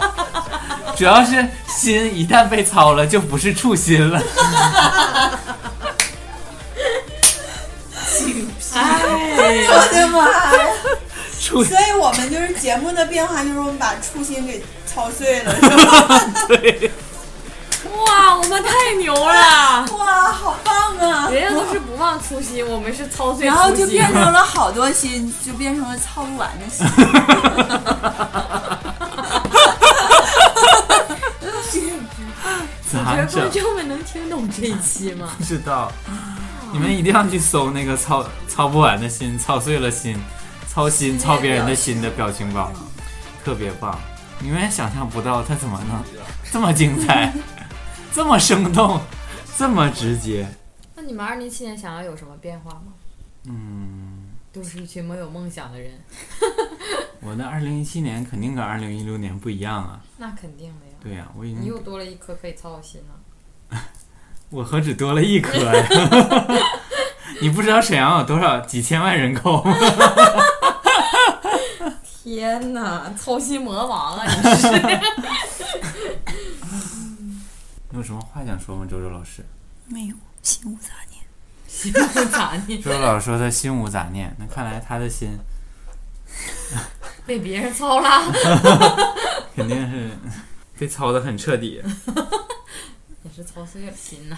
Speaker 4: 都。
Speaker 2: 主要是心一旦被操了，就不是初心了。
Speaker 12: 哎，
Speaker 4: 我的妈呀！
Speaker 2: 初
Speaker 4: 所以我们就是节目的变化，就是我们把初心给操碎了，是吧？
Speaker 5: 哇，我们太牛了！
Speaker 4: 哇，好棒啊！
Speaker 5: 人家都是不忘初心，我们是操碎
Speaker 4: 然后
Speaker 5: 初
Speaker 4: 就
Speaker 5: 心。
Speaker 4: 变成了好多心，就变成了操不完的心。
Speaker 2: 咋
Speaker 5: 观
Speaker 2: 整？
Speaker 5: 众们能听懂这一期吗？
Speaker 2: 不知道，你们一定要去搜那个操操不完的心，操碎了心，操心操别人的心的表情包，
Speaker 5: 啊
Speaker 2: 特别棒。你们也想象不到他怎么能这么精彩， 这么生动，这么直接。
Speaker 5: 那你们二零一七年想要有什么变化吗？
Speaker 2: 嗯，
Speaker 5: 都是一群没有梦想的人，
Speaker 2: 我的二零一七年肯定跟二零一六年不一样啊。
Speaker 5: 那肯定的呀。
Speaker 2: 对呀、我已
Speaker 5: 你
Speaker 2: 经
Speaker 5: 又多了一颗可以操的心了。
Speaker 2: 我何止多了一颗呀！ 你不知道沈阳有多少几千万人口吗？
Speaker 5: 天哪，操心魔王啊！ 你是
Speaker 2: 你有什么话想说吗，周周老师？
Speaker 6: 没有心无杂念？
Speaker 5: 咋的？
Speaker 2: 周周老师说他心无杂念，那看来他的心
Speaker 5: 被别人操了？
Speaker 2: 肯定是被操的很彻底。
Speaker 5: 也是操碎了心呐、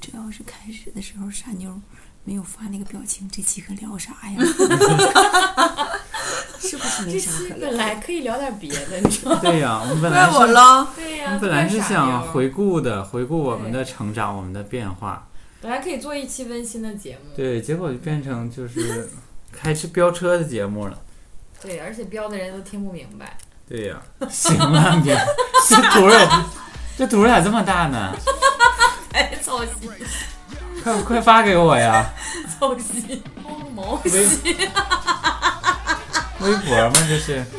Speaker 6: 这要是开始的时候傻 妞没有发那个表情，这期可聊啥呀？是不是没
Speaker 5: 这
Speaker 6: 啥
Speaker 5: 期
Speaker 6: 可聊
Speaker 5: 本？来可以聊点别的，你知道吗？
Speaker 2: 对呀、我们本来
Speaker 4: 怪
Speaker 2: 是
Speaker 4: 啊我喽。
Speaker 5: 对
Speaker 2: 我
Speaker 5: 呀、
Speaker 2: 们本来是
Speaker 5: 干啥
Speaker 2: 想
Speaker 5: 呀
Speaker 2: 回顾的，回顾我们的成长，我们的变化。
Speaker 5: 本来可以做一期温馨的节目，
Speaker 2: 对，结果就变成就是开车飙车的节目了。
Speaker 5: 对，而且标的人都听不明白。
Speaker 2: 对呀、行了，你 这图儿，这图儿咋这么大呢？
Speaker 5: 哎， 操心，
Speaker 2: 快快发给我 呀！
Speaker 5: 操心，哦毛
Speaker 2: 微微博吗？这是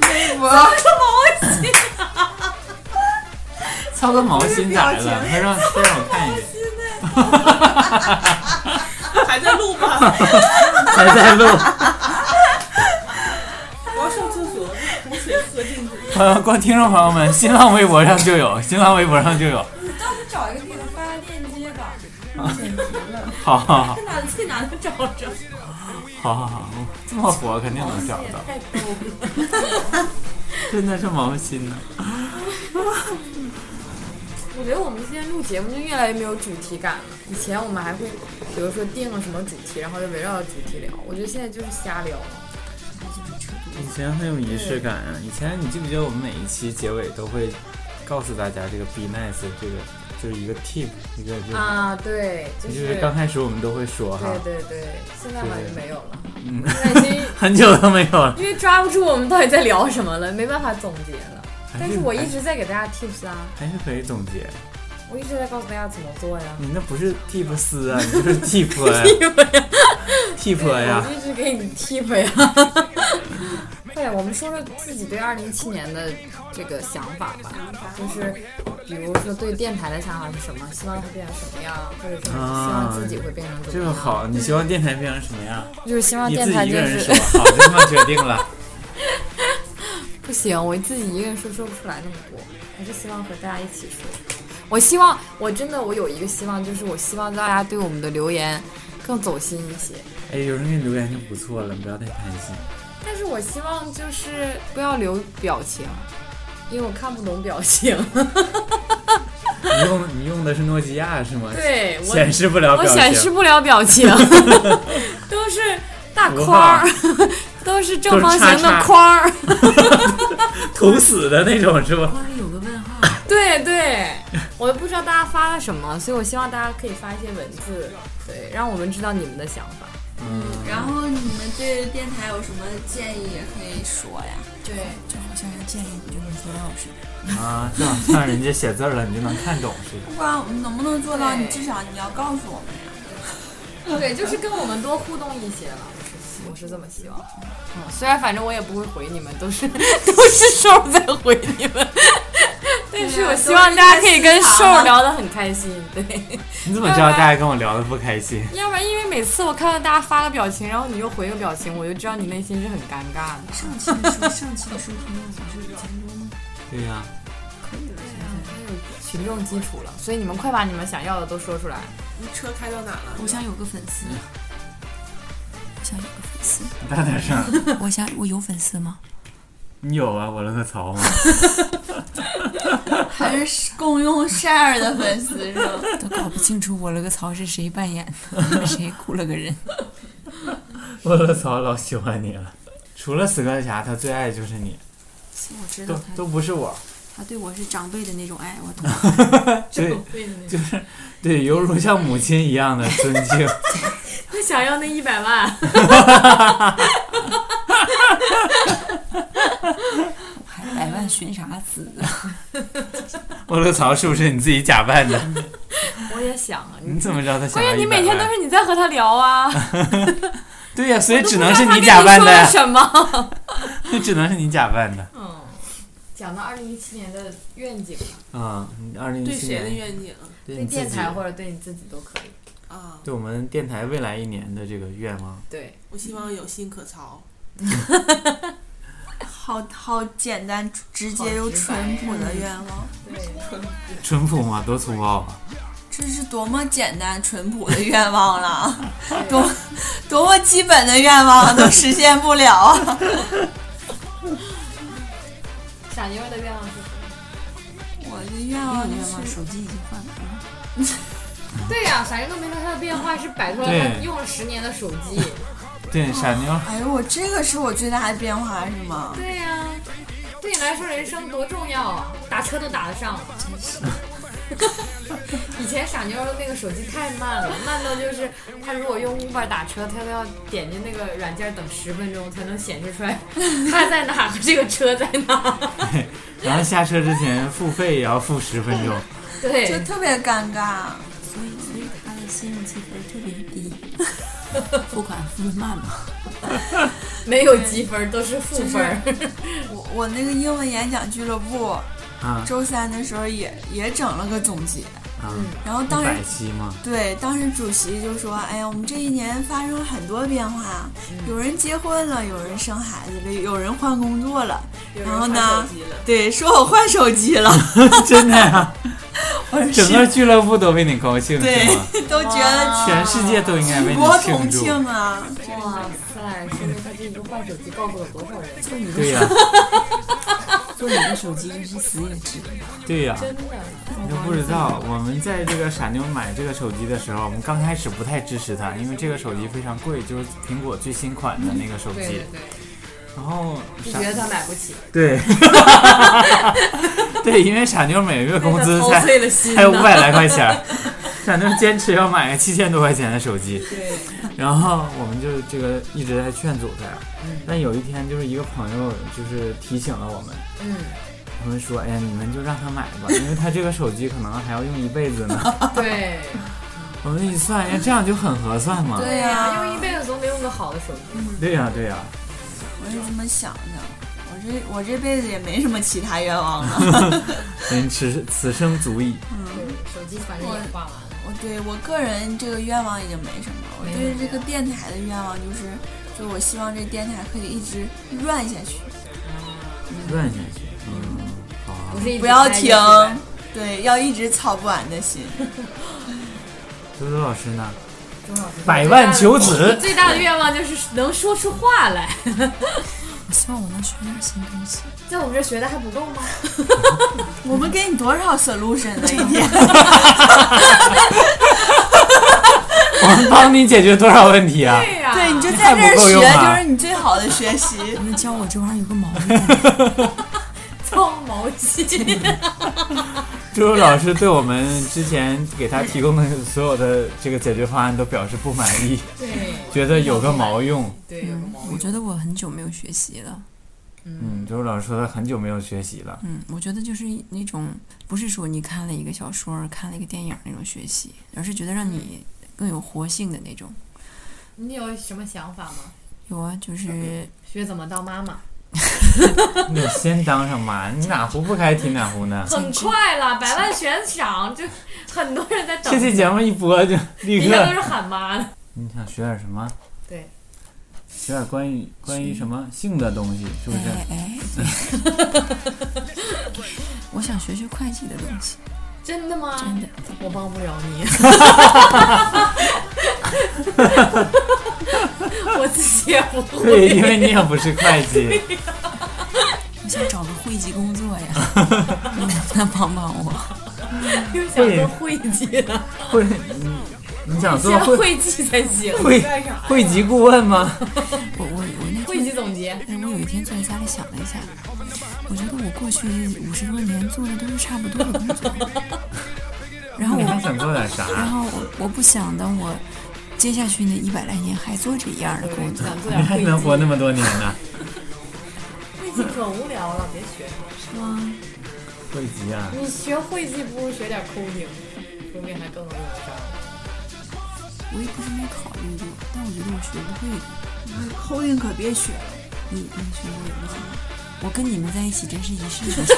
Speaker 2: 操个毛巾咋了？快让再让我看一眼，
Speaker 14: 还在录吗？
Speaker 2: 还在录。
Speaker 14: 我要上厕所，口水喝进去。
Speaker 2: 朋友，呃观听众朋友们，新浪微博上就有，新浪微博上就有。
Speaker 15: 到时候找一个地方发链接吧，
Speaker 2: 好好好，
Speaker 15: 哪去哪能找着？
Speaker 2: 好好好，啊这么火肯定能找 到。
Speaker 15: 太逗了。
Speaker 2: 真的是毛巾呢。
Speaker 5: 我觉得我们今天录节目就越来越没有主题感了。以前我们还会，比如说定了什么主题，然后就围绕着主题聊。我觉得现在就是瞎聊。
Speaker 2: 以前很有仪式感啊！以前你记不记得我们每一期结尾都会告诉大家这个 be nice 这个就是一个 tip，一个就是、
Speaker 5: 啊，对，就
Speaker 2: 就是是刚开始我们都会说哈
Speaker 5: 对，对对，现在好像就没有 了。
Speaker 2: 嗯，
Speaker 5: 现在已经
Speaker 2: 很久都没有了。
Speaker 5: 因为抓不住我们到底在聊什么了，没办法总结了。但是我
Speaker 2: 还
Speaker 5: 一直在给大家 tips 啊，
Speaker 2: 还是可以总结，
Speaker 5: 我一直在告诉大家怎么做呀。
Speaker 2: 你那不是 tip 丝 啊，你就是 tip 呀，tip 啊呀
Speaker 5: 我，一直给你 tip 呀。 对，我们说说自己对二零一七年的这个想法吧，就是比如说对电台的想法是什么，希望它变成什么样，或者说希望自己会变成
Speaker 2: 啊
Speaker 5: 怎
Speaker 2: 这个
Speaker 5: 么样。
Speaker 2: 好，你希望电台变成什么样？
Speaker 5: 就是希望
Speaker 2: 你自
Speaker 5: 电
Speaker 2: 己
Speaker 5: 台
Speaker 2: 一
Speaker 5: 就
Speaker 2: 个人说
Speaker 5: 是，
Speaker 2: 好，这么决定了。
Speaker 5: 不行，我自己一个人说说不出来那么多，还是希望和大家一起说。我希望，我真的，我有一个希望，就是我希望大家对我们的留言更走心一些。
Speaker 2: 哎，有人给你留言就不错了，不要太贪心。
Speaker 5: 但是我希望就是不要留表情，因为我看不懂表情。
Speaker 2: 你用你用的是诺基亚是吗？
Speaker 5: 对我
Speaker 2: 显示不了
Speaker 5: 我
Speaker 2: 表情。
Speaker 5: 显示不了 表情，都是大
Speaker 2: 符号
Speaker 5: 框儿， 都是正方
Speaker 2: 都是
Speaker 5: 形
Speaker 2: 叉
Speaker 5: 的
Speaker 2: 叉
Speaker 5: 框儿。
Speaker 2: 捅死的那种是吧？
Speaker 6: 那里有个问号，
Speaker 5: 对对，我不知道大家发了什么，所以我希望大家可以发一些文字，对，让我们知道你们的想法。
Speaker 4: 然后你们对电台有什么建议也可以说呀？
Speaker 6: 对，就好像是建议你就能说到是
Speaker 2: 啊，这好像人家写字儿了，你就能看懂似的。
Speaker 4: 不管我们能不能做到，
Speaker 5: 对
Speaker 4: 你至少你要告诉我们呀。
Speaker 5: 对，就是跟我们多互动一些了，我是我是这么希望。嗯，虽然反正我也不会回你们，都是 都是瘦在回 你们，但啊是我希望大家可以跟瘦聊得很开心。对，
Speaker 2: 你怎么知道大家跟我聊的不开心？
Speaker 5: 要不然因为每次我看到大家发个表情，然后你又回个表情，我就知道你内心是很尴尬的。
Speaker 6: 上期的时候，上期的收听量总是五千多吗？
Speaker 2: 对呀、
Speaker 5: 群众基础了，所以你们快把你们想要的都说出来。
Speaker 14: 你车开到哪了？
Speaker 6: 我想有个粉丝，我想有个粉丝，
Speaker 2: 你大点 声。
Speaker 6: 我想我有粉丝吗？
Speaker 2: 你有啊？我了个槽吗？
Speaker 4: 还是共用 share 的粉丝是吧？
Speaker 6: 都搞不清楚我了个槽是谁扮演的， 谁雇了个人。
Speaker 2: 我了个槽老喜欢你了，除了死哥侠，他最爱就是你，
Speaker 6: 其实我知
Speaker 2: 都
Speaker 6: 道他
Speaker 2: 都不是我。
Speaker 6: 他对我是长辈的那种爱，我懂。
Speaker 2: 对，就是对，犹如像母亲一样的尊敬。
Speaker 5: 他想要那一百万，
Speaker 6: 还百万寻啥子？
Speaker 2: 我了个槽是不是你自己假扮的？
Speaker 5: 我也想啊。
Speaker 2: 你怎么知道他想
Speaker 5: 关
Speaker 2: 要
Speaker 5: 键
Speaker 2: 100
Speaker 5: 你
Speaker 2: 万
Speaker 5: 每天都是你在和他聊啊，
Speaker 2: 对呀、所以只
Speaker 5: 不知道
Speaker 2: 能是
Speaker 5: 他跟
Speaker 2: 假扮
Speaker 5: 说
Speaker 2: 的
Speaker 5: 了
Speaker 2: 呀，
Speaker 5: 什么？
Speaker 2: 只能是你假扮的。
Speaker 5: 嗯，讲到二零一七年的愿景吧，
Speaker 2: 啊，二零一
Speaker 14: 对
Speaker 2: 七
Speaker 14: 谁的
Speaker 2: 年
Speaker 14: 愿景
Speaker 2: 对
Speaker 5: 对
Speaker 2: 你自
Speaker 5: 电
Speaker 2: 己
Speaker 5: 台或者对你自己都可以。
Speaker 14: 啊？
Speaker 2: 对我们电台未来一年的这个愿望，
Speaker 5: 对，
Speaker 14: 我希望有新可槽。
Speaker 4: 好好简单、直接又淳朴
Speaker 6: 嗯
Speaker 4: 的愿望，
Speaker 2: 淳朴嘛，多粗暴啊！
Speaker 4: 这是多么简单淳朴的愿望了，多多么基本的愿望啊都实现不了啊！
Speaker 5: 傻妞儿的愿望是什么？
Speaker 4: 我的愿望就
Speaker 6: 愿望
Speaker 4: 是
Speaker 6: 手机已经换了，
Speaker 5: 对呀、傻妞都没说她的变化是摆脱了
Speaker 2: 对
Speaker 5: 她用了十年的手机，
Speaker 2: 对，傻妞 儿，
Speaker 4: 哎呦，我这个是我最大的变化是吗？
Speaker 5: 对呀、对你来说人生多重要啊！打车都打得上， 真是。以前傻妞那个手机太慢了，慢到就是她如果用 Uber 打车，她都要点进那个软件等十分钟才能显示出来 她在哪和这个车在哪。
Speaker 2: 然后下车之前付费也要付十分钟，
Speaker 4: 就
Speaker 5: 对，
Speaker 4: 特别尴尬。
Speaker 6: 所以所以他的信用积分特别 低，付款付的慢嘛。
Speaker 5: 没有积分都是负分儿。
Speaker 4: 我我那个英文演讲俱乐部，
Speaker 2: 啊
Speaker 4: 周三的时候也也整了个总结，
Speaker 2: 啊，
Speaker 5: 嗯
Speaker 4: 然后当
Speaker 2: 一
Speaker 4: 时
Speaker 2: 百期 嘛，
Speaker 4: 对，当时主席就说：“哎呀，我们这一年发生了很多变化，
Speaker 2: 嗯
Speaker 4: 有人结婚了，有人生孩子了，有人换工作了，然后呢，对，说我换手机了，
Speaker 2: 真的呀、
Speaker 4: 我说
Speaker 2: 整个
Speaker 4: 是，
Speaker 2: 俱乐部都为你高兴是
Speaker 4: 对
Speaker 2: 吗？，
Speaker 4: 都觉得
Speaker 2: 全世界都应该为
Speaker 4: 举
Speaker 2: 你
Speaker 4: 国同
Speaker 2: 庆祝，
Speaker 4: 庆啊。
Speaker 5: 哇塞，说明她这一个换手机告诉了多少人？
Speaker 2: 对呀、
Speaker 6: 做你的手机真是死也值。
Speaker 2: 对呀、
Speaker 5: 真的，
Speaker 2: 你都不知道，我们在这个傻妞买这个手机的时候，我们刚开始不太支持它，因为这个手机非常贵，就是苹果最新款的那个手
Speaker 5: 对
Speaker 2: 机
Speaker 5: 对。对，
Speaker 2: 然后
Speaker 5: 就
Speaker 2: 傻
Speaker 5: 觉得她买不起，
Speaker 2: 对， 对，因为傻妞每个月工资
Speaker 5: 她
Speaker 2: 才
Speaker 5: 操碎了心
Speaker 2: 还有五
Speaker 5: 呐。
Speaker 2: 百来块钱儿，傻妞坚持要买个七千多块钱的手机。然后我们就这个一直在劝阻她。
Speaker 5: 嗯
Speaker 2: 但有一天，就是一个朋友就是提醒了我们，
Speaker 5: 嗯，
Speaker 2: 他们说：“哎呀，你们就让她买吧，因为她这个手机可能还要用一辈子呢。”
Speaker 5: 对
Speaker 2: 我们一算，哎，这样就很合算嘛。
Speaker 5: 对啊呀、用一辈子总得用个好的手机。
Speaker 2: 对呀、对呀、
Speaker 4: 我是这么想的，我这我这辈子也没什么其他愿望了。
Speaker 2: 人此此生足矣。
Speaker 5: 对，手机反正也换完了。
Speaker 4: 我对我个人这个愿望已经没什么，我对这个电台的愿望就是，就我希望这电台可以一直 run 下去。”
Speaker 2: 乱下去，嗯，好啊
Speaker 5: 不。是一直
Speaker 4: 不要
Speaker 5: 开着
Speaker 4: 停
Speaker 5: 是吧，
Speaker 4: 对，要一直操不完的心。
Speaker 2: 多多老师呢？百万求子，
Speaker 5: 最大的愿望就是能说出话来。
Speaker 6: 我希望我能学点新东西。
Speaker 5: 在我们这学的还不够吗？
Speaker 4: 我们给你多少 solution 呢？已经
Speaker 2: 我们帮你解决多少问题啊？
Speaker 5: 对呀、
Speaker 4: 对你就
Speaker 2: 还
Speaker 4: 在这儿
Speaker 2: 不够
Speaker 4: 学，
Speaker 2: 用啊
Speaker 4: 就是你最好的学 习。
Speaker 6: 你们教我这玩意儿有个毛用？
Speaker 5: 搓毛巾。
Speaker 2: 朱朱老师对我们之前给他提供的所有的这个解决方案都表示不满意，
Speaker 5: 对
Speaker 2: 觉得有个毛用。
Speaker 5: 对，有个毛
Speaker 6: 我觉得我很久没有学习了。
Speaker 2: 嗯，朱朱老师说他很久没有学习 了，
Speaker 6: 嗯，我觉得就是那种不是说你看了一个小说、看了一个电影那种学习，而是觉得
Speaker 5: 嗯
Speaker 6: 让你更有活性的那种。
Speaker 5: 你有什么想法吗？
Speaker 6: 有啊，就是
Speaker 5: 学怎么当妈妈？
Speaker 2: 你得先当上妈，你哪壶不开提哪壶呢？
Speaker 5: 很快了，百万悬赏，就很多人在等
Speaker 2: 这。期节目一播就立
Speaker 5: 一看都
Speaker 2: 刻，
Speaker 5: 是喊妈的。
Speaker 2: 你想学点什么？
Speaker 5: 对，
Speaker 2: 学点关于关于什么性的东西，是不是？
Speaker 6: 哎哎， 我想学学会计的东西，
Speaker 5: 真的吗？
Speaker 6: 真的。
Speaker 5: 我帮不了 你，我自己也不会。
Speaker 2: 对，因为你也不是会计，
Speaker 6: 我想找个会计工作呀，你能不能帮帮我？
Speaker 5: 又想做会计了，
Speaker 2: 会你你想做
Speaker 5: 先
Speaker 2: 会
Speaker 5: 会计才行。
Speaker 2: 会会籍顾问吗？
Speaker 6: 我我我那
Speaker 5: 会计总结，
Speaker 6: 哎，我有一天坐在家里想了一下，我觉得我过去五十多年做的都是差不多的工 作，然后
Speaker 2: 你还
Speaker 6: 我，
Speaker 2: 想做点啥？
Speaker 6: 然后我我不想等我接下去那一百来年还做这一样的工作，
Speaker 5: 想做
Speaker 2: 你
Speaker 5: 点
Speaker 2: 还
Speaker 5: 会
Speaker 2: 能活
Speaker 5: 计。
Speaker 2: 那么多年呢？
Speaker 5: 会计可无聊了，别学。
Speaker 2: 会籍啊，
Speaker 5: 你学会计不如学点 coding，说不定还更能用得上。
Speaker 6: 我也不是没考虑过，但我觉得我学不会的。
Speaker 4: 后运可别学了，
Speaker 6: 你你学过有吗？我跟你们在一起真是一 世情。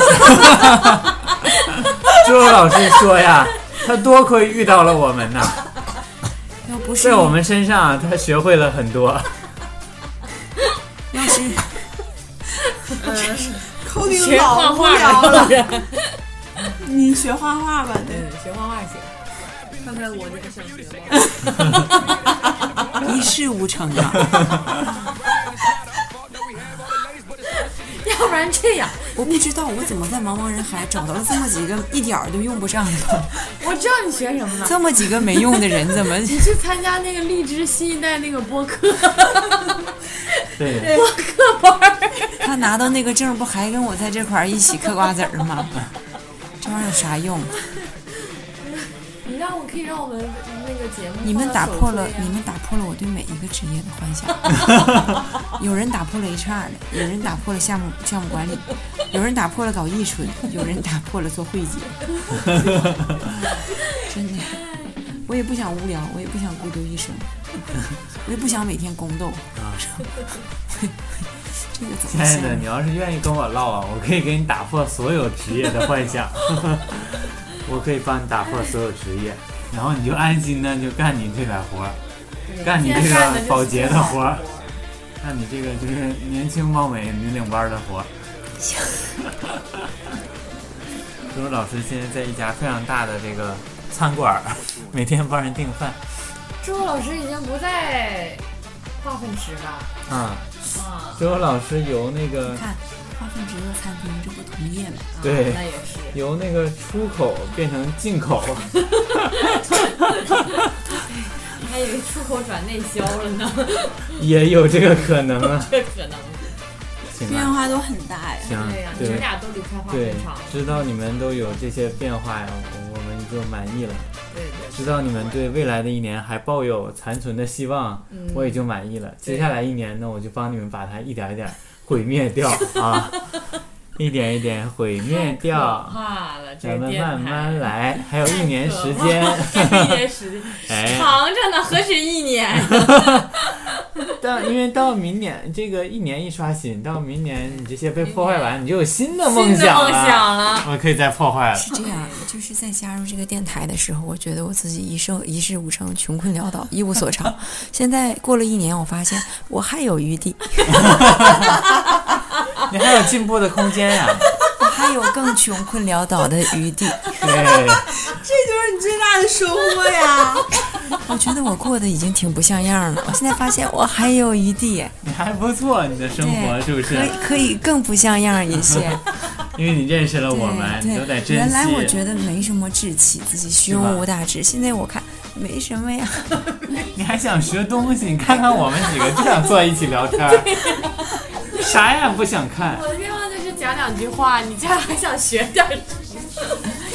Speaker 2: 周老师说呀，他多亏遇到了我们呐，
Speaker 6: 要不是
Speaker 2: 在我们身上啊他学会了很多。
Speaker 6: 要是
Speaker 4: 后运
Speaker 5: 学画
Speaker 4: 老无
Speaker 5: 画
Speaker 4: 聊
Speaker 5: 的，
Speaker 4: 了。你学画画吧，对。
Speaker 5: 嗯，学画画行。
Speaker 16: 看看我那个小学吧。
Speaker 6: 一事无成啊，
Speaker 5: 要不然这样，
Speaker 6: 我不知道我怎么在茫茫人海找到了这么几个一点儿都用不上的，
Speaker 5: 我知道你学什么了，
Speaker 6: 这么几个没用的人，怎么？
Speaker 5: 你去参加那个荔枝新一代那个播客
Speaker 2: 对，
Speaker 5: 播客班儿，
Speaker 6: 他拿到那个证不还跟我在这块儿一起嗑瓜子儿吗？这玩意儿有啥用？啊
Speaker 5: 你让我可以让我们那个节目
Speaker 6: 你们
Speaker 5: 放到
Speaker 6: 打
Speaker 5: 首
Speaker 6: 破了
Speaker 5: 页，
Speaker 6: 你们打破了我对每一个职业的幻想。 有人打破了 HR 的，有人打破了项目项目管理，有人打破了搞艺术的，有人打破了做会计。真的，我也不想无聊，我也不想孤独一生，我也不想每天宫斗。 这个怎
Speaker 2: 啊亲
Speaker 6: 么
Speaker 2: 爱
Speaker 6: 行？
Speaker 2: 哎 的，你要是愿意跟我唠啊，我可以给你打破所有职业的幻想， 我可以帮你打破所有职业，然后你就安心的就干你这点活儿，干你这个保洁的活儿，干你这个就是年轻貌美女领班儿的活儿。 周周老师现在在一家非常大的这个餐馆儿，每天帮人订饭。
Speaker 5: 周周老师已经不在化粪池了
Speaker 2: 啊，
Speaker 5: 啊，
Speaker 2: 周周老师由那个
Speaker 6: 看，化粪池和餐厅，这不同业吗？
Speaker 2: 对
Speaker 5: 那也是。
Speaker 2: 由那个出口变成进口。
Speaker 5: 还以为出口转内销了呢，
Speaker 2: 也有这个可能啊。
Speaker 5: 这可能。
Speaker 2: 行
Speaker 6: 变
Speaker 2: 啊，
Speaker 6: 化都很大呀。
Speaker 2: 行啊
Speaker 5: 对呀、，你们
Speaker 2: 对
Speaker 5: 俩都离开化
Speaker 2: 对
Speaker 5: 粪场了，。
Speaker 2: 知道你们都有这些变化呀，我我们就满意了。
Speaker 5: 对对
Speaker 2: 知道你们对未来的一年还抱有残存的希望，
Speaker 5: 嗯
Speaker 2: 我也就满意了。接下来一年呢，我就帮你们把它一点一 点毁灭掉啊，一点一点毁灭掉。
Speaker 5: 怕了，这
Speaker 2: 咱们
Speaker 5: 电
Speaker 2: 慢慢
Speaker 5: 台。
Speaker 2: 来，还有一年时间，
Speaker 5: 一年时间，
Speaker 2: 哎，
Speaker 5: 藏着呢，何止 一年？
Speaker 2: 到因为到明年这个一年一刷新，到明年你这些被破坏完，你就有新的梦
Speaker 5: 嗯新的
Speaker 2: 想了，
Speaker 5: 梦想了，
Speaker 2: 我可以再破坏了。
Speaker 17: 是这样，就是在加入这个电台的时候，我觉得我自己一生一事无成，穷困潦倒，一无所长。现在过了一年，我发现我还有余地，
Speaker 2: 你还有进步的空间呀、啊
Speaker 6: 我还有更穷困潦倒的余地。
Speaker 2: 对，
Speaker 6: 这就是你最大的收获呀！我觉得我过得已经挺不像样了，我现在发现我还有余地，
Speaker 2: 你还不错，你的生活
Speaker 6: 对，
Speaker 2: 是不是
Speaker 6: 可？以可以更不像样一些。
Speaker 2: 因为你认识了
Speaker 6: 对
Speaker 2: 我们，你都得
Speaker 6: 对，
Speaker 2: 珍惜。
Speaker 6: 原来我觉得没什么志气，自己胸无大志，现在我看没什么呀。
Speaker 2: 你还想学东西，你看看我们几个就想坐一起聊 天儿，啥也不想看。
Speaker 5: 我的愿望就是讲两句话，你这样还想学点儿？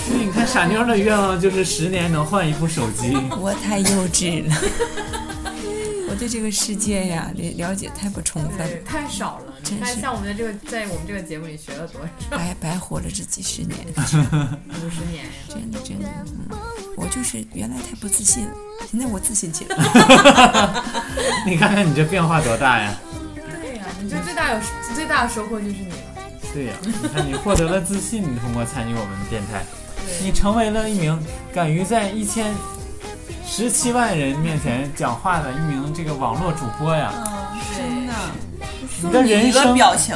Speaker 2: 所以你看傻妞的愿望就是十年能换一部手机。
Speaker 6: 我太幼稚了， 我对这个世界呀了了解太不充分
Speaker 5: 对，
Speaker 6: 了，
Speaker 5: 太少了。你
Speaker 6: 真
Speaker 5: 看，
Speaker 6: 是
Speaker 5: 像我们的这个，在我们这个节目里学了多少？
Speaker 6: 白白活了这几十年，
Speaker 5: 五十年呀！
Speaker 6: 真的真的，嗯，我就是原来太不自信了，现在我自信起来了。
Speaker 2: 你看看你这变化多大呀！
Speaker 5: 对呀、你这最大有最大的收获就是你了。
Speaker 2: 对呀、你看你获得了自信，你通过参与我们的电台，你成为了一名敢于在一千十七万人面前讲话的一名这个网络主播呀。
Speaker 5: 嗯
Speaker 6: 真的，
Speaker 2: 你的人生，
Speaker 6: 情，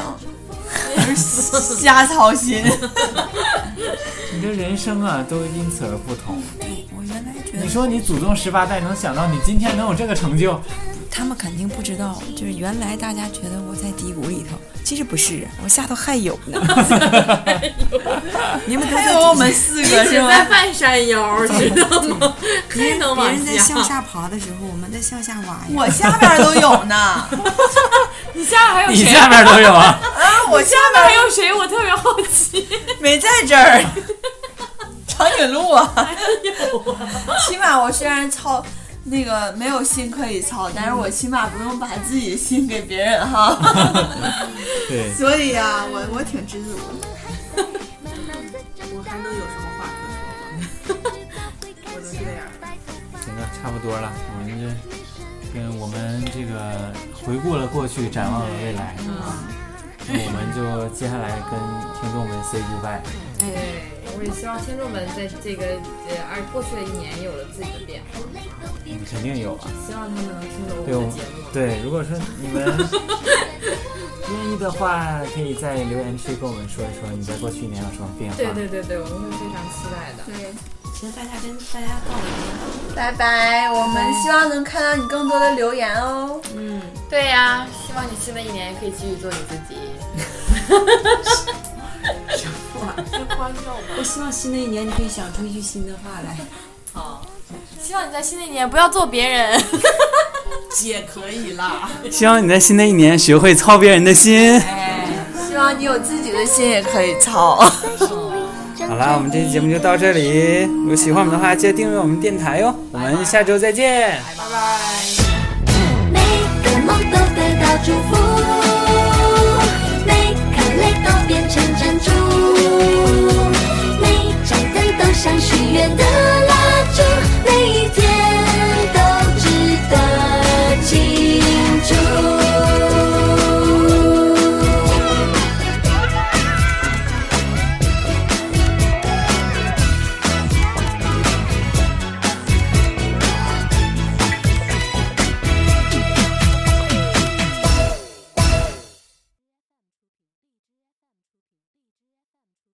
Speaker 6: 瞎操心。
Speaker 2: 你的人生啊，都因此而不同。
Speaker 6: 我原来觉
Speaker 2: 你
Speaker 6: 得
Speaker 2: 说你祖宗十八代能想到你今天能有这个成就，
Speaker 6: 他们肯定不知道，就是原来大家觉得我在低谷里头，其实不是，我下头还有呢。 你们都在我们四个
Speaker 5: 只在半山腰，知道吗？还能
Speaker 6: 别
Speaker 5: 往
Speaker 6: 人在向
Speaker 5: 下，
Speaker 6: 下爬的时候，我们在向下挖呀。
Speaker 4: 我下边都有呢，
Speaker 5: 你下面还有
Speaker 2: 你
Speaker 5: 谁？
Speaker 2: 下面都有啊。
Speaker 4: 我下
Speaker 5: 下面还有谁？我特别好奇。
Speaker 4: 没在这 儿。长颈鹿
Speaker 5: 哎
Speaker 4: 啊，
Speaker 6: 起码我虽然操那个没有心可以操，但是我起码不用把自己的心给别 人哈。
Speaker 2: 对，
Speaker 4: 所以啊，我我挺知足的。
Speaker 18: 我还能有什么话可说吗？我都这样。
Speaker 2: 行了，差不多了，我们这跟我们这个回顾了过去，展望了未来
Speaker 5: 嗯
Speaker 2: 啊。那我们就接下来跟听众们 say goodbye。
Speaker 5: 对，哎我也希望听众们在这个呃二过去的一年有了自己的变化，
Speaker 2: 嗯肯定有啊。
Speaker 5: 希望他们能听懂我
Speaker 2: 对哦
Speaker 5: 们
Speaker 2: 我
Speaker 5: 的节目。
Speaker 2: 对，如果说你 们愿意的话，可以在留言区跟我们说一说你在过去一年有什么变化。
Speaker 5: 对对对对，我们会非常期待的。
Speaker 17: 其实大家跟大家道一遍。
Speaker 6: 拜拜，我们希望能看到你更多的留言哦。
Speaker 5: 对呀、希望你新的一年可以继续做你自己。
Speaker 19: 欢笑吧。
Speaker 20: 我希望新的一年你可以想出一句新的话来。
Speaker 19: 好，希望你在新的一年不要做别人。
Speaker 21: 姐可以啦，
Speaker 2: 希望你在新的一年学会操别人的心。
Speaker 4: 希望你有自己的心也可以操。
Speaker 2: 好啦，我们这期节目就到这里。如果喜欢我们的话，记得订阅我们电台哟。我们下周再见。
Speaker 19: 拜拜。
Speaker 22: 每个梦都得到祝福。